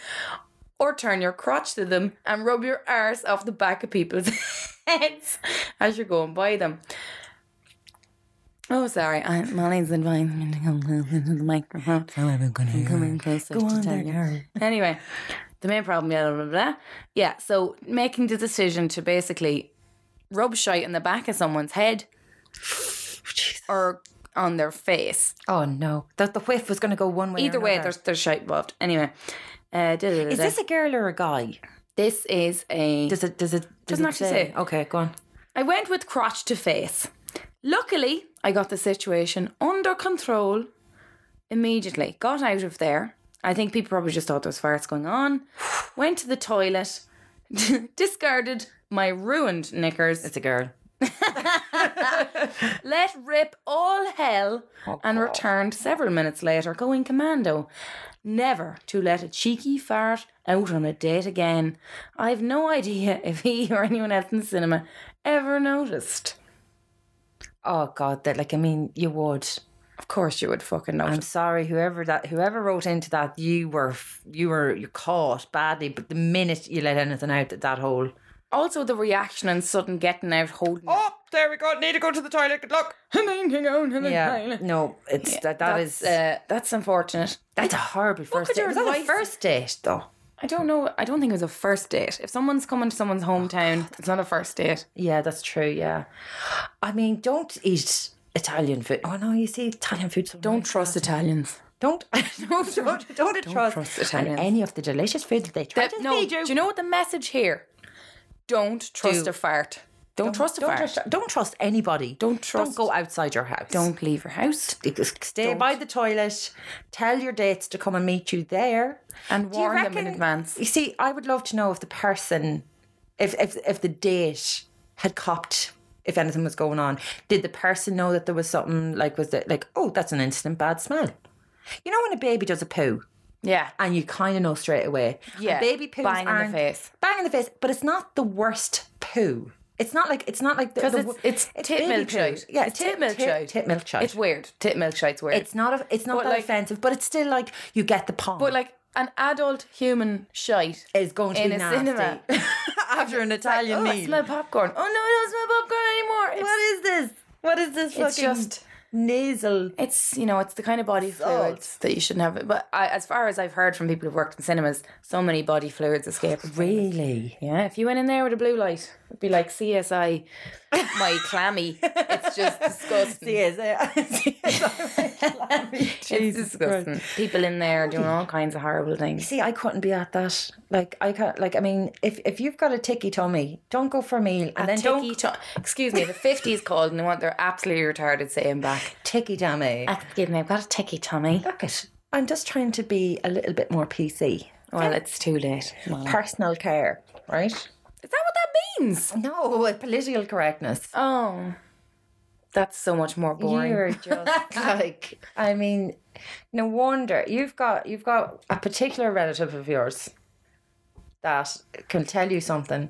S3: or turn your crotch to them and rub your arse off the back of people's heads as you're going by them. Oh, sorry. I, Molly's advising me to come closer to the microphone. I'm coming closer to tell you.
S2: Oh
S3: Anyway, the main problem, blah, blah, blah, blah. Yeah, so making the decision to basically rub shite in the back of someone's head or on their face.
S2: Oh no. The, the whiff was going to go one way. or
S3: Either way,
S2: another.
S3: there's, there's shite involved. Anyway. Uh,
S2: Is this a girl or a guy?
S3: this is a
S2: Does it? Does it? Does
S3: Doesn't
S2: it
S3: actually say.
S2: Okay, go on.
S3: I went with crotch to face. Luckily, I got the situation under control immediately got out of there. I think people probably just thought there was farts going on. Went to the toilet, discarded my ruined knickers,
S2: It's a girl.
S3: let rip all hell, and returned several minutes later going commando. Never to let a cheeky fart out on a date again. I've no idea if he or anyone else in the cinema ever noticed.
S2: Oh God, that like I mean, you would.
S3: Of course, you would fucking
S2: I'm
S3: notice.
S2: sorry, whoever that whoever wrote into that, you were f- you were you caught badly. But the minute you let anything out at that hole,
S3: also, the reaction and sudden getting out, holding.
S2: oh, there we go. Need to go to the toilet. Good luck. Yeah, no, it's that that
S3: that's,
S2: is
S3: uh, that's unfortunate.
S2: that's a horrible first
S3: could
S2: date.
S3: your
S2: Was that a
S3: advice-
S2: first date though?
S3: I don't know. I don't think it was a first date. If someone's coming to someone's hometown, it's not a first date.
S2: Yeah, that's true. Yeah, I mean, don't eat Italian food. Oh no, you see, Italian food. So
S3: Don't
S2: nice.
S3: trust Italians.
S2: don't don't don't, don't trust,
S3: trust
S2: and
S3: Italians.
S2: any of the delicious food that they try
S3: That-
S2: to
S3: no,
S2: feed you.
S3: do you know what the message here? Don't trust
S2: Do.
S3: a fart. Don't, trust a
S2: don't
S3: fart.
S2: trust, don't trust anybody.
S3: Don't trust-
S2: Don't go outside your house.
S3: Don't leave your house.
S2: Stay by the toilet. Tell your dates to come and meet you there.
S3: And
S2: Do you
S3: warn them in
S2: reckon-
S3: advance.
S2: You see, I would love to know if the person, if if if the date had copped if anything was going on. Did the person know that there was something like was it like oh that's an instant bad smell? You know when a baby does a poo
S3: Yeah.
S2: and you kind of know straight away.
S3: Yeah,
S2: And baby poos
S3: bang in the
S2: aren't-
S3: face.
S2: Bang in the face, but it's not the worst poo. It's not like it's not like the,
S3: 'Cause
S2: the
S3: it's-
S2: wo-
S3: it's tit
S2: baby
S3: milk
S2: poo.
S3: shite.
S2: Yeah,
S3: It's tit milk
S2: tit,
S3: shite.
S2: tit milk shite.
S3: It's weird. Tit milk shite's weird.
S2: It's not a, it's not
S3: But
S2: that
S3: like-
S2: offensive, but it's still like you get the pong.
S3: but like an adult human shite
S2: is going to
S3: in
S2: be
S3: a
S2: nasty
S3: cinema.
S2: after an Italian
S3: oh, I
S2: meal.
S3: smell popcorn. Oh no, I don't smell popcorn anymore.
S2: What is this? What is this
S3: It's, it's
S2: fucking
S3: just
S2: nasal?
S3: it's you know it's the kind of body fluids that you shouldn't have. But I, as far as I've heard from people who've worked in cinemas, so many body fluids escape.
S2: Really?
S3: Yeah, if you went in there with a blue light, it'd be like CSI, my clammy. It's just disgusting.
S2: Yes. I-
S3: It's
S2: Jesus Christ.
S3: disgusting. People in there doing all kinds of horrible things.
S2: See, I couldn't be at that. Like, I can't. Like, I mean, if if you've got a ticky tummy, don't go for a meal and then
S3: Ticky
S2: don't
S3: to- excuse me, the 50s called and they want their absolutely retarded saying back.
S2: ticky tummy.
S3: Excuse me, I've got a ticky tummy.
S2: Fuck it. I'm just trying to be a little bit more PC.
S3: Well, it's too late.
S2: Mm.
S3: Well, is that
S2: Personal care, right?
S3: what that means?
S2: No, political correctness.
S3: Oh, that's so much more boring.
S2: You're just like I mean, no wonder you've got you've got a particular relative of yours that can tell you something,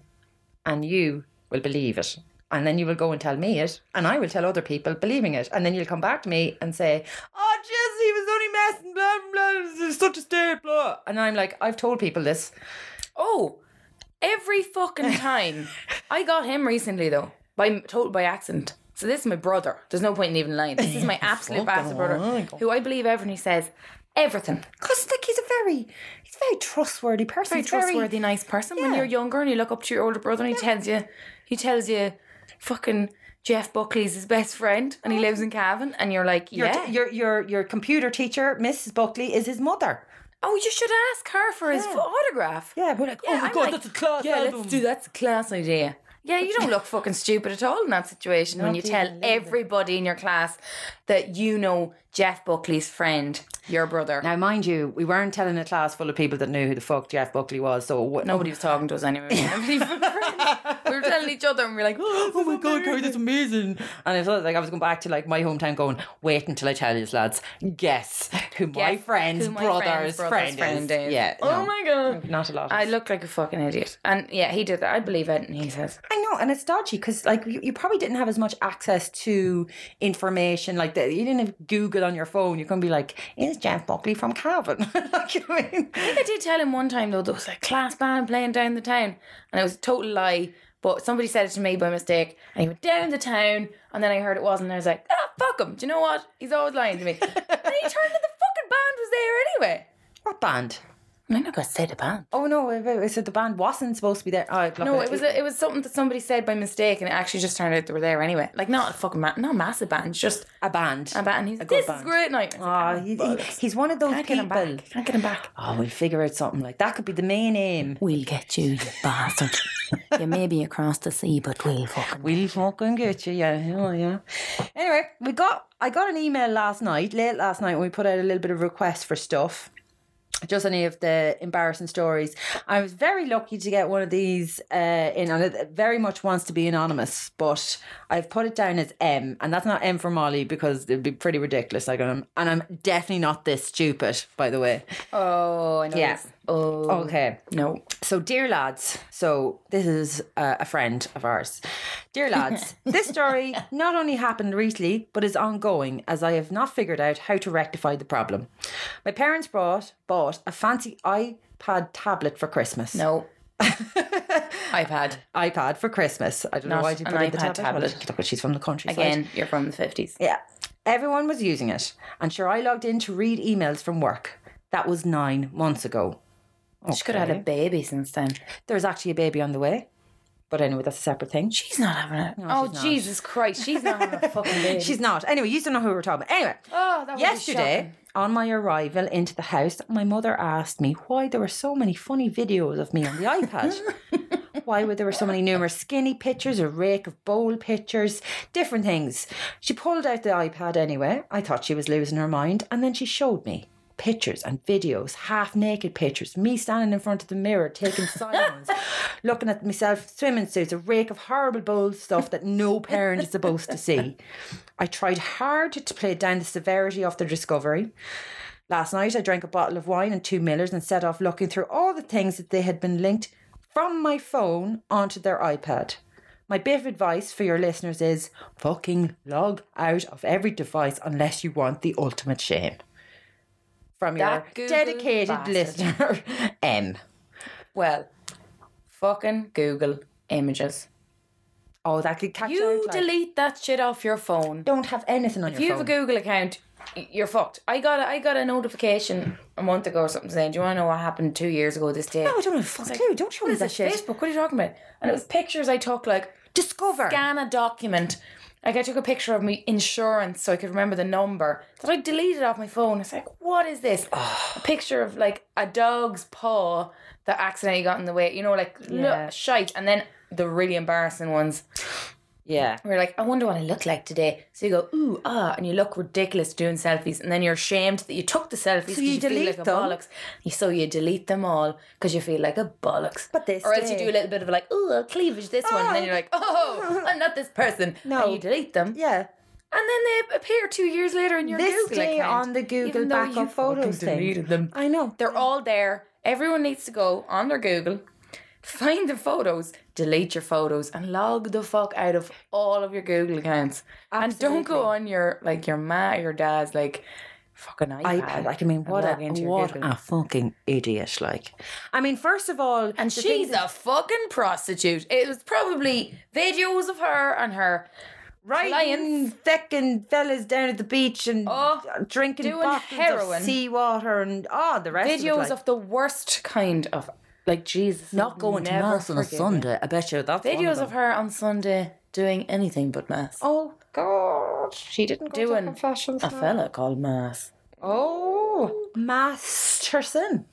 S2: and you will believe it, and then you will go and tell me it, and I will tell other people believing it, and then you'll come back to me and say, "Oh, Jess, he was only messing, blah blah, blah, such a state, blah," and I'm like, "I've told people this."
S3: Oh, every fucking time. I got him recently though, by told by accident. So this is my brother. There's no point in even lying. This is my absolute bastard brother, who I believe everything he says, everything.
S2: Cause like he's a very, he's a very trustworthy person.
S3: Very
S2: He's
S3: trustworthy, nice person. When
S2: Yeah.
S3: you're younger and you look up to your older brother, and he tells you, he tells you, fucking Jeff Buckley's his best friend, and he lives in Cavan, and Oh. you're like,
S2: Your,
S3: yeah.
S2: your your your computer teacher, Mrs. Buckley, is his mother.
S3: oh, you should ask her for his autograph.
S2: Yeah, we're like, "Oh
S3: Yeah, I'm like, Yeah, let's do that's a class idea. Yeah, you don't look fucking stupid at all in that situation when you tell everybody in your class that you know Jeff Buckley's friend, your brother.
S2: Now, mind you, we weren't telling a class full of people that knew who the fuck Jeff Buckley was, so what?
S3: Nobody was talking to us anyway. Nobody was friends. we were telling each other and we were like,
S2: Oh my god, Carrie, that's amazing! And I felt like I was going back to like my hometown, going, "Wait until I tell you, lads. Guess who my
S3: Guess
S2: friend's
S3: who my
S2: brother's,
S3: friend's brother's
S2: friend,
S3: friend
S2: is.
S3: is.
S2: Yeah.
S3: Oh
S2: no,
S3: my god.
S2: Not a lot.
S3: I
S2: I,
S3: look like a fucking idiot. And yeah, he did that. I believe it. And he says,
S2: I know, and it's dodgy because like you, you probably didn't have as much access to information like that. You didn't have Google on your phone. You couldn't be like, "Is Jeff Buckley from Calvin?" like, you know what I mean?
S3: I think I did tell him one time though, there was a class band playing down the town, and it was a total lie. But somebody said it to me by mistake, and he went down the town, and then I heard it wasn't, and I was like, ah, fuck him. Do you know what? He's always lying to me. and he turned out the fucking band was there anyway.
S2: What band?
S3: I'm not going to say the band.
S2: Oh no! it- it- So the band wasn't supposed to be there. Oh, I'd love
S3: No, it was a, it was something that somebody said by mistake, and it actually just turned out they were there anyway. Like not a fucking ma- not a massive band, just
S2: a band.
S3: a band. And he's like,
S2: good
S3: this
S2: band.
S3: is great night. I was like,
S2: Ah, he- he- he's one of those
S3: can't get
S2: people.
S3: him back. Can't get him back.
S2: Oh, we'll figure out something like that. Could be the main aim.
S3: We'll get you, you bastard. you may be across the sea, but we'll fucking.
S2: We'll fucking get you, yeah, yeah, yeah. Anyway, we got I got an email last night, late last night, when we put out a little bit of requests for stuff. Just any of the embarrassing stories. I was very lucky to get one of these uh, in, and it very much wants to be anonymous, but I've put it down as M, and that's not M for Molly because it'd be pretty ridiculous. Like, and I'm, and I'm definitely not this stupid, by the way.
S3: Oh, I know.
S2: Yeah.
S3: this. Oh.
S2: Okay.
S3: No.
S2: So, dear lads, so this is uh, a friend of ours. Dear lads, this story not only happened recently, but is ongoing as I have not figured out how to rectify the problem. My parents brought bought a fancy iPad tablet for Christmas.
S3: No. iPad.
S2: iPad for Christmas. I don't know
S3: Not
S2: why you
S3: an
S2: put in the
S3: iPad
S2: tablet.
S3: tablet.
S2: Look, Look, she's from the countryside.
S3: Again, you're from the 50s.
S2: Yeah. Everyone was using it. And sure, I logged in to read emails from work. That was nine months ago.
S3: She could have had a baby since then.
S2: There's actually a baby on the way. But anyway, that's a separate thing.
S3: She's not having it. oh,
S2: she's not.
S3: Jesus Christ. She's not having a fucking baby.
S2: She's not. Anyway, you don't know who we're talking about. Anyway,
S3: Oh, that would be
S2: yesterday,
S3: shocking.
S2: on my arrival into the house, my mother asked me why there were so many funny videos of me on the iPad. why were there were so many numerous skinny pictures, a rake of bowl pictures, different things. She pulled out the iPad anyway. I thought she was losing her mind, and then she showed me pictures and videos, half naked pictures, me standing in front of the mirror taking silence, looking at myself, swimming suits, a rake of horrible bold stuff that no parent is supposed to see. I tried hard to play down the severity of the discovery. Last night, I drank a bottle of wine and two Millers and set off looking through all the things that they had been linked from my phone onto their iPad. My bit of advice for your listeners is fucking log out of every device unless you want the ultimate shame. From your
S3: That Google
S2: dedicated
S3: bastard.
S2: listener, M.
S3: Well, fucking Google images.
S2: Oh, that could catch
S3: You
S2: out, like-
S3: delete that shit off your phone.
S2: don't have anything on
S3: If
S2: your
S3: you
S2: phone.
S3: have a Google account, y- you're fucked. I got a, I got a notification a month ago or something saying, "Do you want to know what happened two years ago this day?"
S2: no, I don't have a fucking clue. Don't show me that shit.
S3: Facebook. What are you talking about? And it was pictures I took, like
S2: Discover.
S3: scan a document. Like I took a picture of my insurance so I could remember the number that I deleted off my phone. It's like, what is this? A picture of like a dog's paw that accidentally got in the way. You know, like
S2: Yeah.
S3: look, shite, and then the really embarrassing ones.
S2: Yeah.
S3: We're like, I wonder what I look like today. So you go, ooh, ah, and you look ridiculous doing selfies, and then you're ashamed that you took the selfies.
S2: So
S3: 'cause
S2: you delete
S3: feel like
S2: them?
S3: a bollocks. You- So you delete them all because you feel like a bollocks.
S2: But this
S3: or else you
S2: day-
S3: do a little bit of like, ooh, I'll cleavage this one, and then
S2: Oh.
S3: you're like, oh, I'm not this person.
S2: No.
S3: and you delete them,
S2: Yeah.
S3: and then they appear two years later in your
S2: This
S3: Google
S2: day
S3: account,
S2: on the Google
S3: even though
S2: backup
S3: you fucking
S2: photos thing.
S3: deleted them.
S2: I know.
S3: They're all there. Everyone needs to go on their Google, find the photos, delete your photos, and log the fuck out of all of your Google accounts. And don't go on your like your ma, your dad's like fucking iPad.
S2: iPad. Like, I mean, what
S3: log
S2: a,
S3: into your
S2: what
S3: Google.
S2: a fucking idiot! Like, I mean, first of all,
S3: and
S2: the
S3: she's
S2: thing-
S3: a fucking prostitute. It was probably videos of her and her
S2: riding
S3: client.
S2: fecking fellas down at the beach and
S3: Oh,
S2: drinking
S3: doing
S2: bottles
S3: heroin.
S2: of seawater and oh, the rest
S3: videos
S2: of, it, like,
S3: of the worst kind of like Jesus.
S2: not going to
S3: never
S2: mass on a
S3: forgive you.
S2: Sunday. I bet you that's one
S3: Videos of
S2: them.
S3: her on Sunday doing anything but mass.
S2: Oh God, she didn't go
S3: Doing
S2: to confessions.
S3: a
S2: no.
S3: fella called Mass.
S2: Oh, Masterson.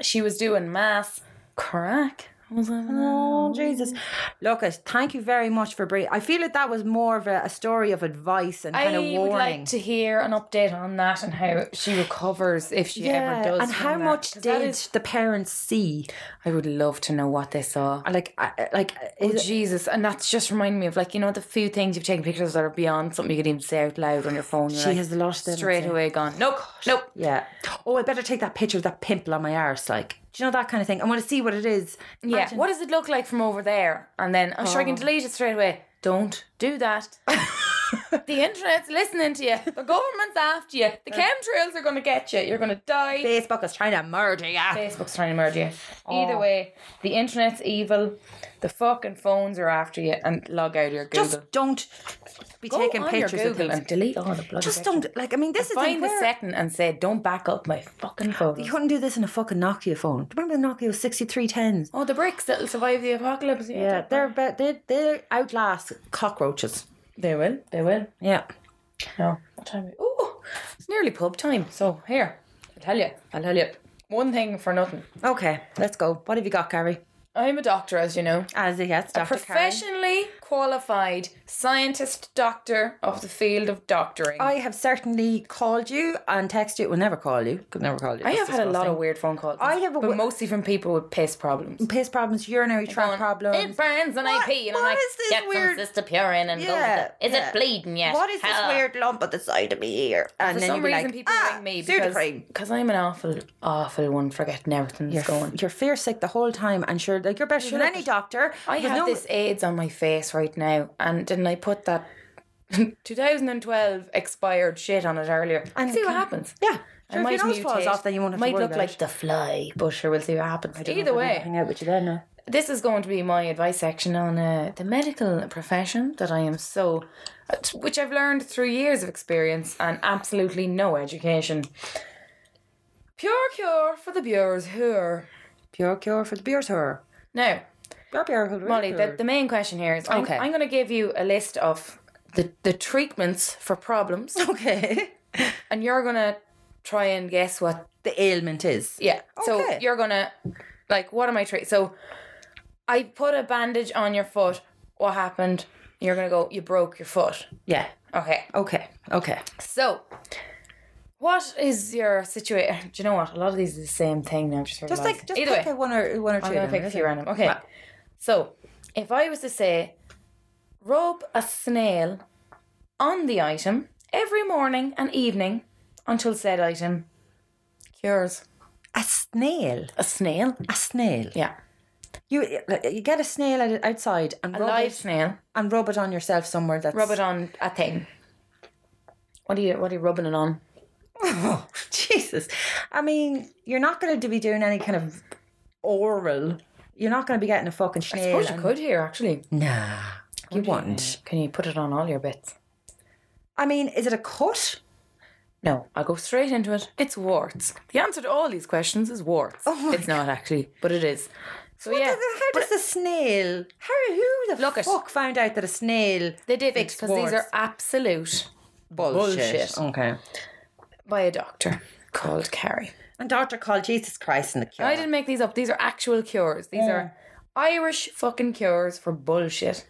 S3: She was doing Mass crack. Was "Mm." it?
S2: Oh Jesus! Look, I- thank you very much for bringing. I feel like that was more of a, a story of advice and kind
S3: I
S2: of
S3: would
S2: warning.
S3: like to hear an update on that and how she recovers if she ever does.
S2: And
S3: from
S2: how
S3: that,
S2: much
S3: 'cause
S2: did
S3: that is-
S2: the parents see?
S3: I would love to know what they saw.
S2: Like, I- like
S3: Oh,
S2: is,
S3: Jesus, and that's just reminding me of like you know the few things you've taken pictures that are beyond something you could even say out loud on your phone. You're
S2: she
S3: like,
S2: has lost it
S3: straight away gone. Nope, nope.
S2: Yeah. Oh, I better take that picture of that pimple on my arse. Like, do you know that kind of thing? I want to see what it is.
S3: Yeah. What does
S2: Oh.
S3: it look like from over there? And then I'm sure I can delete it straight away. Don't do that. The internet's listening to you. The government's after you.
S2: Uh,
S3: The chemtrails are going to get you. You're going to die.
S2: Facebook is trying to murder you.
S3: Facebook's trying to murder you.
S2: Oh.
S3: Either way, the internet's evil. The fucking phones are after you. And log out of your Google.
S2: Just don't be
S3: Go
S2: taking
S3: on your
S2: pictures of
S3: Google
S2: things.
S3: and delete all the bloody.
S2: Just don't like. I mean, this is the
S3: find the
S2: where-
S3: setting and say, "Don't back up my fucking phone."
S2: You couldn't do this in a fucking Nokia phone. Do you remember the Nokia sixty three tens?
S3: Oh, the bricks that'll survive the apocalypse.
S2: Yeah, they're about, they they outlast cockroaches.
S3: they will. They will.
S2: Yeah.
S3: No. What time? Is it? Oh, it's nearly pub time. So here, I'll tell you. I'll tell you. One thing for nothing.
S2: Okay, let's go. What have you got, Gary?
S3: I'm a doctor, as you know.
S2: As a yes, Dr. Karen.
S3: Professionally qualified scientist doctor of the field of doctoring.
S2: I have certainly called you and texted you. Will never call you. Could never call you.
S3: I have had a lot of weird phone calls.
S2: I have a
S3: but
S2: wi-
S3: mostly from people with piss problems.
S2: piss problems, urinary tract
S3: It
S2: problems.
S3: burns and I
S2: What-
S3: pee, and I'm
S2: what
S3: like,
S2: is this
S3: get
S2: weird-
S3: some sister purine and go.
S2: Yeah,
S3: With it. Is
S2: yeah.
S3: it bleeding yet?
S2: What is this
S3: Huh.
S2: weird lump at the side of me here? And
S3: For
S2: then
S3: some
S2: you'd be
S3: reason,
S2: like,
S3: people
S2: ah,
S3: ring me because
S2: pseudocrine.
S3: because I'm an awful, awful one for getting everything that's going.
S2: You're fear sick the whole time, and sure, like you're better than any doctor.
S3: I
S2: with
S3: have
S2: no-
S3: this AIDS on my face right now, and didn't I put that 2012 expired shit on it earlier?
S2: And
S3: see what
S2: can-
S3: happens.
S2: Yeah. Sure,
S3: might
S2: if your nose falls
S3: mutate,
S2: off, then you won't have
S3: might
S2: to worry
S3: look
S2: about
S3: like
S2: it.
S3: the fly, but sure, we'll see what happens. Either way,
S2: out with you then. Now.
S3: this is going to be my advice section on uh, the medical profession that I am so, uh, which I've learned through years of experience and absolutely no education. Pure cure for the Bureau's who
S2: Pure cure for the beer tour.
S3: Now,
S2: Pure beer for the
S3: Molly,
S2: beer
S3: the,
S2: tour.
S3: the main question here is
S2: Okay.
S3: I'm, I'm going to give you a list of the, the treatments for problems,
S2: okay.
S3: and you're going to try and guess what.
S2: The ailment is.
S3: Yeah. So
S2: Okay.
S3: you're going to, like, what am I treating? So I put a bandage on your foot. What happened? You're going to go, you broke your foot.
S2: Yeah.
S3: Okay.
S2: Okay. Okay.
S3: So. What is your situation? Do you know what? A lot of these are the same thing now. Just,
S2: Just like
S3: realised.
S2: just
S3: Either
S2: pick
S3: way,
S2: a one or one or two.
S3: I'm gonna
S2: then,
S3: pick a
S2: is
S3: few
S2: it?
S3: random. Okay.
S2: Right.
S3: So, if I was to say, rub a snail on the item every morning and evening until said item cures.
S2: A snail.
S3: A snail?
S2: A snail.
S3: Yeah.
S2: You you get a snail out- outside and
S3: A
S2: rub
S3: live
S2: it,
S3: snail.
S2: and rub it on yourself somewhere. That's
S3: Rub it on a thing. What are you what are you rubbing it on?
S2: Oh, Jesus. I mean, you're not going to be doing any kind of oral. You're not going to be getting a fucking
S3: I
S2: snail.
S3: suppose you
S2: and-
S3: could here actually.
S2: Nah, you won't.
S3: Can you put it on all your bits?
S2: I mean, is it a cut?
S3: No, I'll go straight into it. It's warts. The answer to all these questions is warts.
S2: my
S3: it's not actually, but it is. So yeah.
S2: How does the snail? How who the
S3: Look it.
S2: fuck found out that a snail?
S3: They didn't
S2: fixed
S3: because these are
S2: warts.
S3: absolute
S2: Bullshit.
S3: Bullshit.
S2: Okay.
S3: by a doctor called Carrie.
S2: And doctor called Jesus Christ in the cure.
S3: I didn't make these up. These are actual cures. These are Irish fucking cures for bullshit.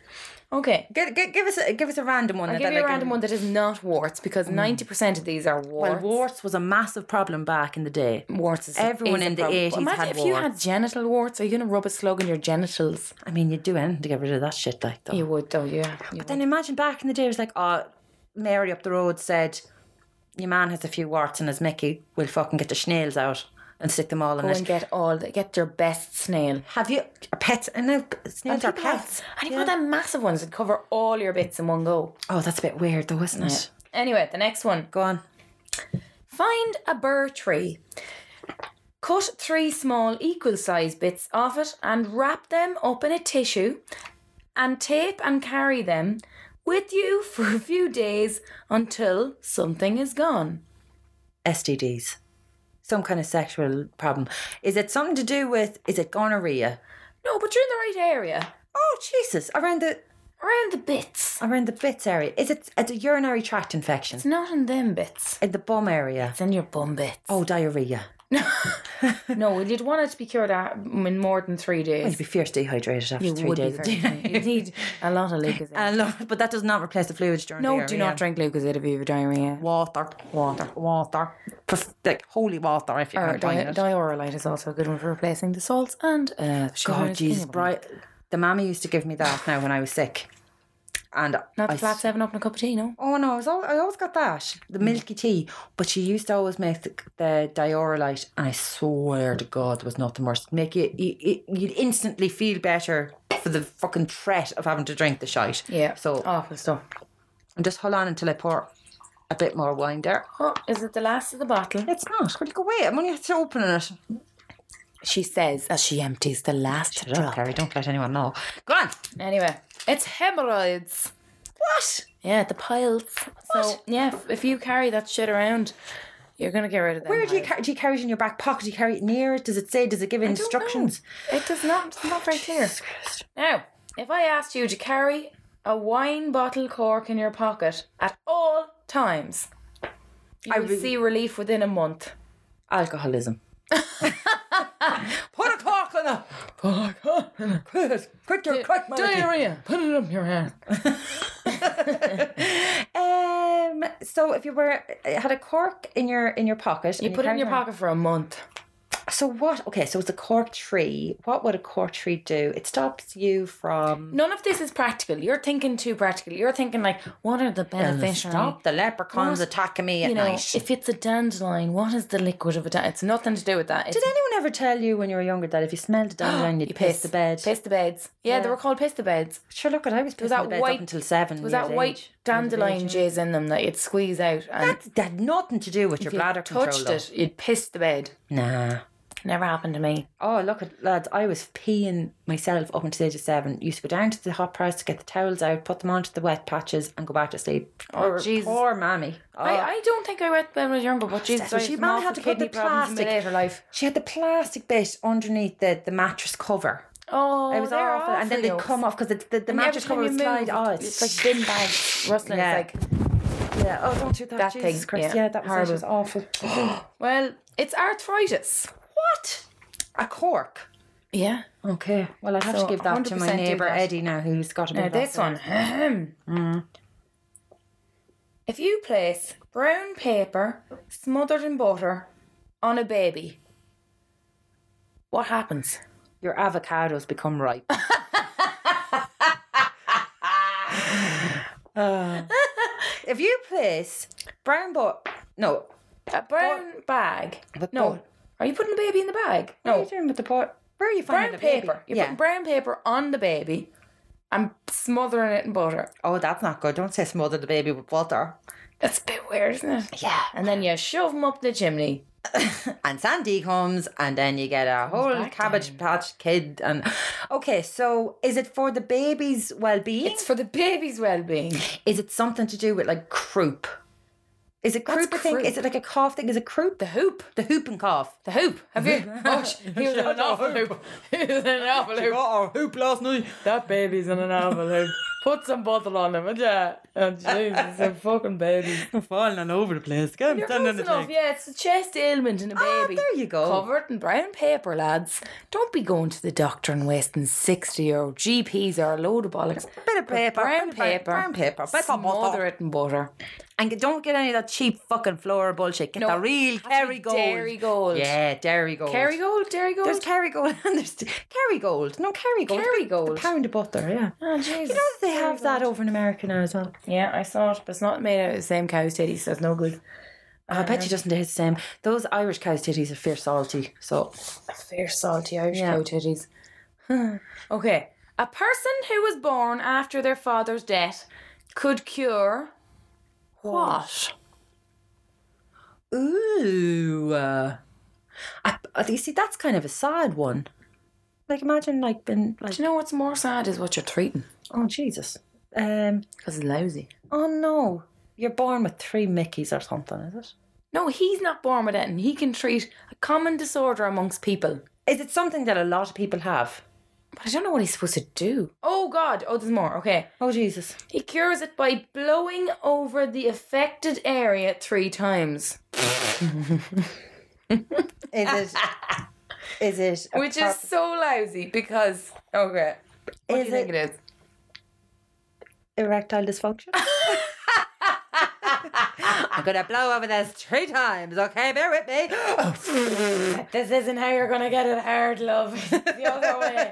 S3: Okay.
S2: Give, give, give us a, give us a random one.
S3: I'll
S2: then,
S3: give you
S2: like,
S3: a random one that is not warts because 90% of these are
S2: Well,
S3: warts.
S2: warts was a massive problem back in the day.
S3: warts is
S2: Everyone
S3: is
S2: in
S3: a
S2: the
S3: problem.
S2: 80s
S3: Imagine
S2: had
S3: if you had genital warts. Are you going to rub a slug in your genitals?
S2: I mean, you'd do anything to get rid of that shit, like though.
S3: You would, though, yeah. You
S2: Then imagine back in the day, it was like, oh, Mary up the road said, your man has a few warts and his Mickey will fucking get the snails out and stick them all in
S3: would. Go and
S2: it.
S3: get all the, get your best snail.
S2: Have you pets? And now snails are
S3: People have-
S2: pets.
S3: And you've got them massive ones that cover all your bits in one go.
S2: Oh, that's a bit weird, though, isn't it?
S3: Anyway, the next one.
S2: Go on.
S3: Find a burr tree. Cut three small equal size bits off it and wrap them up in a tissue and tape and carry them with you for a few days until something is gone.
S2: STDs. Some kind of sexual problem. Is it something to do with? Is it gonorrhea?
S3: No, but you're in the right area.
S2: Oh Jesus! Around the
S3: Around the bits.
S2: around the bits area. Is it? It's a urinary tract infection
S3: It's not in them bits.
S2: in the bum area.
S3: It's in your bum bits.
S2: Oh, diarrhea.
S3: No, well, you'd want it to be cured at, in more than three
S2: You'd
S3: days.
S2: be fierce dehydrated after
S3: You
S2: three
S3: would be
S2: days. of
S3: very funny. You'd need a lot of Lucozade.
S2: I love, but that does not replace the fluids during
S3: uh, no,
S2: diarrhea.
S3: do not drink Lucozade if you have diarrhea.
S2: water, water, water, Pref- like holy water. If you
S3: Or
S2: can't find
S3: di-
S2: it.
S3: diorolite is also a good one for replacing the salts and uh, sugar
S2: God,
S3: is
S2: Jesus,
S3: cleanable.
S2: bright. The mammy used to give me that now when I was sick, and
S3: Not
S2: I
S3: the
S2: s-
S3: flat seven up and a cup of tea, no.
S2: Oh no, I, was all, I always got that the
S3: Mm.
S2: milky tea, but she used to always make the, the diorolite, and I swear to God, there was nothing worse. Make you, you, you you'd instantly feel better for the fucking threat of having to drink the shite.
S3: Yeah,
S2: So
S3: awful stuff.
S2: And just hold on until I pour a bit more wine there.
S3: Oh, is it the last of the bottle?
S2: It's not. Will you go away? I'm only after opening it.
S3: She says as she empties the last drop.
S2: Carrie, don't let anyone know. Go on.
S3: Anyway, it's hemorrhoids.
S2: What?
S3: Yeah, the piles. So yeah, if- if you carry that shit around, you're gonna get rid of them.
S2: Where do you
S3: piles.
S2: carry? Do you carry it in your back pocket? Do you carry it near it? Does it say? Does it give
S3: don't
S2: instructions?
S3: It does not. It's not very clear.
S2: Christ.
S3: Now, if I asked you to carry a wine bottle cork in your pocket at all times, you
S2: I
S3: will
S2: would-
S3: see relief within a month.
S2: Alcoholism. Put a cork on it. Quit it. Quit your quit my
S3: Diarrhea. Put it up your hand.
S2: Um. So if you were uh, had a cork in your in your pocket,
S3: You put it in your pocket for a month.
S2: So what? Okay. So it's a cork tree. What would a cork tree do? It stops you from.
S3: None of this is practical. You're thinking too practical. You're thinking like, what are the beneficial?
S2: Stop the leprechauns
S3: What?
S2: attacking me at
S3: You know,
S2: night.
S3: if it's a dandelion, what is the liquid of a dandelion? It's nothing to do with that. It's
S2: Did anyone ever tell you when you were younger that if you smelled a dandelion, you'd
S3: You
S2: piss the bed?
S3: Piss the beds. Yeah, they were called piss the beds.
S2: Sure, look, at I was pissing
S3: that
S2: the beds
S3: white-
S2: up until seven.
S3: Was
S2: years
S3: that white
S2: age.
S3: dandelion jizz in them that you'd squeeze out and
S2: That's that had nothing to do with your
S3: if you
S2: bladder
S3: touched
S2: control.
S3: it, you'd piss the bed.
S2: though. Nah.
S3: Never happened to me.
S2: Oh, look, at lads, I was peeing myself up until the age of seven. Used to go down to the hot press to get the towels out, put them onto the wet patches, and go back to sleep. Poor,
S3: Oh, Jesus.
S2: poor mammy. Oh.
S3: I, I don't think I wet when I was younger, but Jesus,
S2: so
S3: I
S2: she
S3: had
S2: might
S3: massive
S2: have to put the
S3: kidney problems in my
S2: plastic-
S3: later life.
S2: she had the plastic bit underneath the, the mattress cover.
S3: Oh,
S2: it was
S3: they're
S2: awful. And then
S3: awful,
S2: they'd
S3: yos.
S2: come off because the, the, the
S3: And every
S2: mattress
S3: time
S2: cover
S3: you
S2: would slide.
S3: move,
S2: Oh,
S3: it's like bin bags rustling.
S2: Yeah.
S3: It's like
S2: yeah. Oh, don't do that.
S3: That
S2: Jesus
S3: thing,
S2: Christ.
S3: yeah.
S2: Yeah, that was, it. it was awful.
S3: Well, it's arthritis.
S2: what? A cork.
S3: Yeah.
S2: Okay. Well, I'd have
S3: So,
S2: to give that to my
S3: 100% do
S2: neighbour
S3: that.
S2: Eddie now, who's got a bit
S3: Now
S2: of that
S3: this one. Mm. If you place brown paper smothered in butter on a baby, what happens?
S2: Your avocados become ripe. Uh, if you place brown but no,
S3: A brown bag.
S2: But
S3: no.
S2: bun-
S3: Are you putting the baby in the bag?
S2: what are
S3: No.
S2: you doing with the pot? Where are you finding
S3: Brown
S2: the baby?
S3: paper. You're
S2: Yeah.
S3: putting brown paper on the baby and smothering it in butter.
S2: oh, that's not good. Don't say smother the baby with butter.
S3: That's a bit weird, isn't it?
S2: Yeah.
S3: And then you shove them up the chimney.
S2: And Sandy comes, and then you get a whole
S3: back
S2: cabbage patch kid. And okay, so is it for the baby's well-being?
S3: It's for the baby's well-being.
S2: Is it something to do with like croup? Is it croup? I think.
S3: croup.
S2: Is it like a cough thing? Is it croup? The hoop. The hoop and cough.
S3: The hoop. Have you? Oh, sh- he was in an awful hoop. He was in an awful hoop.
S2: our hoop last night.
S3: That baby's in an awful hoop. Put some bottle on him, would ya? Oh, Jesus, a fucking baby.
S2: I'm falling all over the place. Get
S3: You're close enough. Yeah, it's a chest ailment in a
S2: Ah,
S3: baby.
S2: there you go.
S3: Covered in brown paper, lads. Don't be going to the doctor and wasting 60 euro. GPs are a load of bollocks.
S2: Bit of paper, bit
S3: Brown
S2: of brown-
S3: paper.
S2: brown paper, bit of
S3: Smother
S2: butter.
S3: it in butter.
S2: And don't get any of that cheap fucking floral bullshit. Get
S3: No,
S2: the real Kerry gold.
S3: Dairy gold.
S2: Yeah, dairy gold.
S3: Kerry gold, dairy gold.
S2: There's Kerry gold and there's Kerry gold. No Kerry gold.
S3: Kerrygold.
S2: The pound of butter. Yeah.
S3: oh, Jesus.
S2: You know that they have that over in America now as well.
S3: Yeah, I saw it, but it's not made out of the same cow's titty, so it's no good.
S2: I bet you doesn't taste the same. Those Irish cow's titties are fierce salty. So
S3: Fair salty Irish
S2: Yeah.
S3: cow titties. okay. A person who was born after their father's death could cure what?
S2: Ooh. Uh, I, I- you see, that's kind of a sad one. Like, imagine, like, been like,
S3: Do you know what's more sad is what you're treating
S2: oh, Jesus. Um,
S3: because it's lousy.
S2: oh, no. You're born with three Mickeys or something, is it?
S3: No, he's not born with it, and he can treat a common disorder amongst people.
S2: Is it something that a lot of people have?
S3: But I don't know what he's supposed to do. Oh God! Oh, there's more. Okay,
S2: Oh, Jesus.
S3: he cures it by blowing over the affected area three times.
S2: Is it? is it? a
S3: Which
S2: pro-
S3: is so lousy because okay. What
S2: Is
S3: do you think
S2: it-
S3: it is?
S2: erectile dysfunction? I'm gonna blow over this three times, okay? Bear with me.
S3: This isn't how you're gonna get it hard, love. the other way.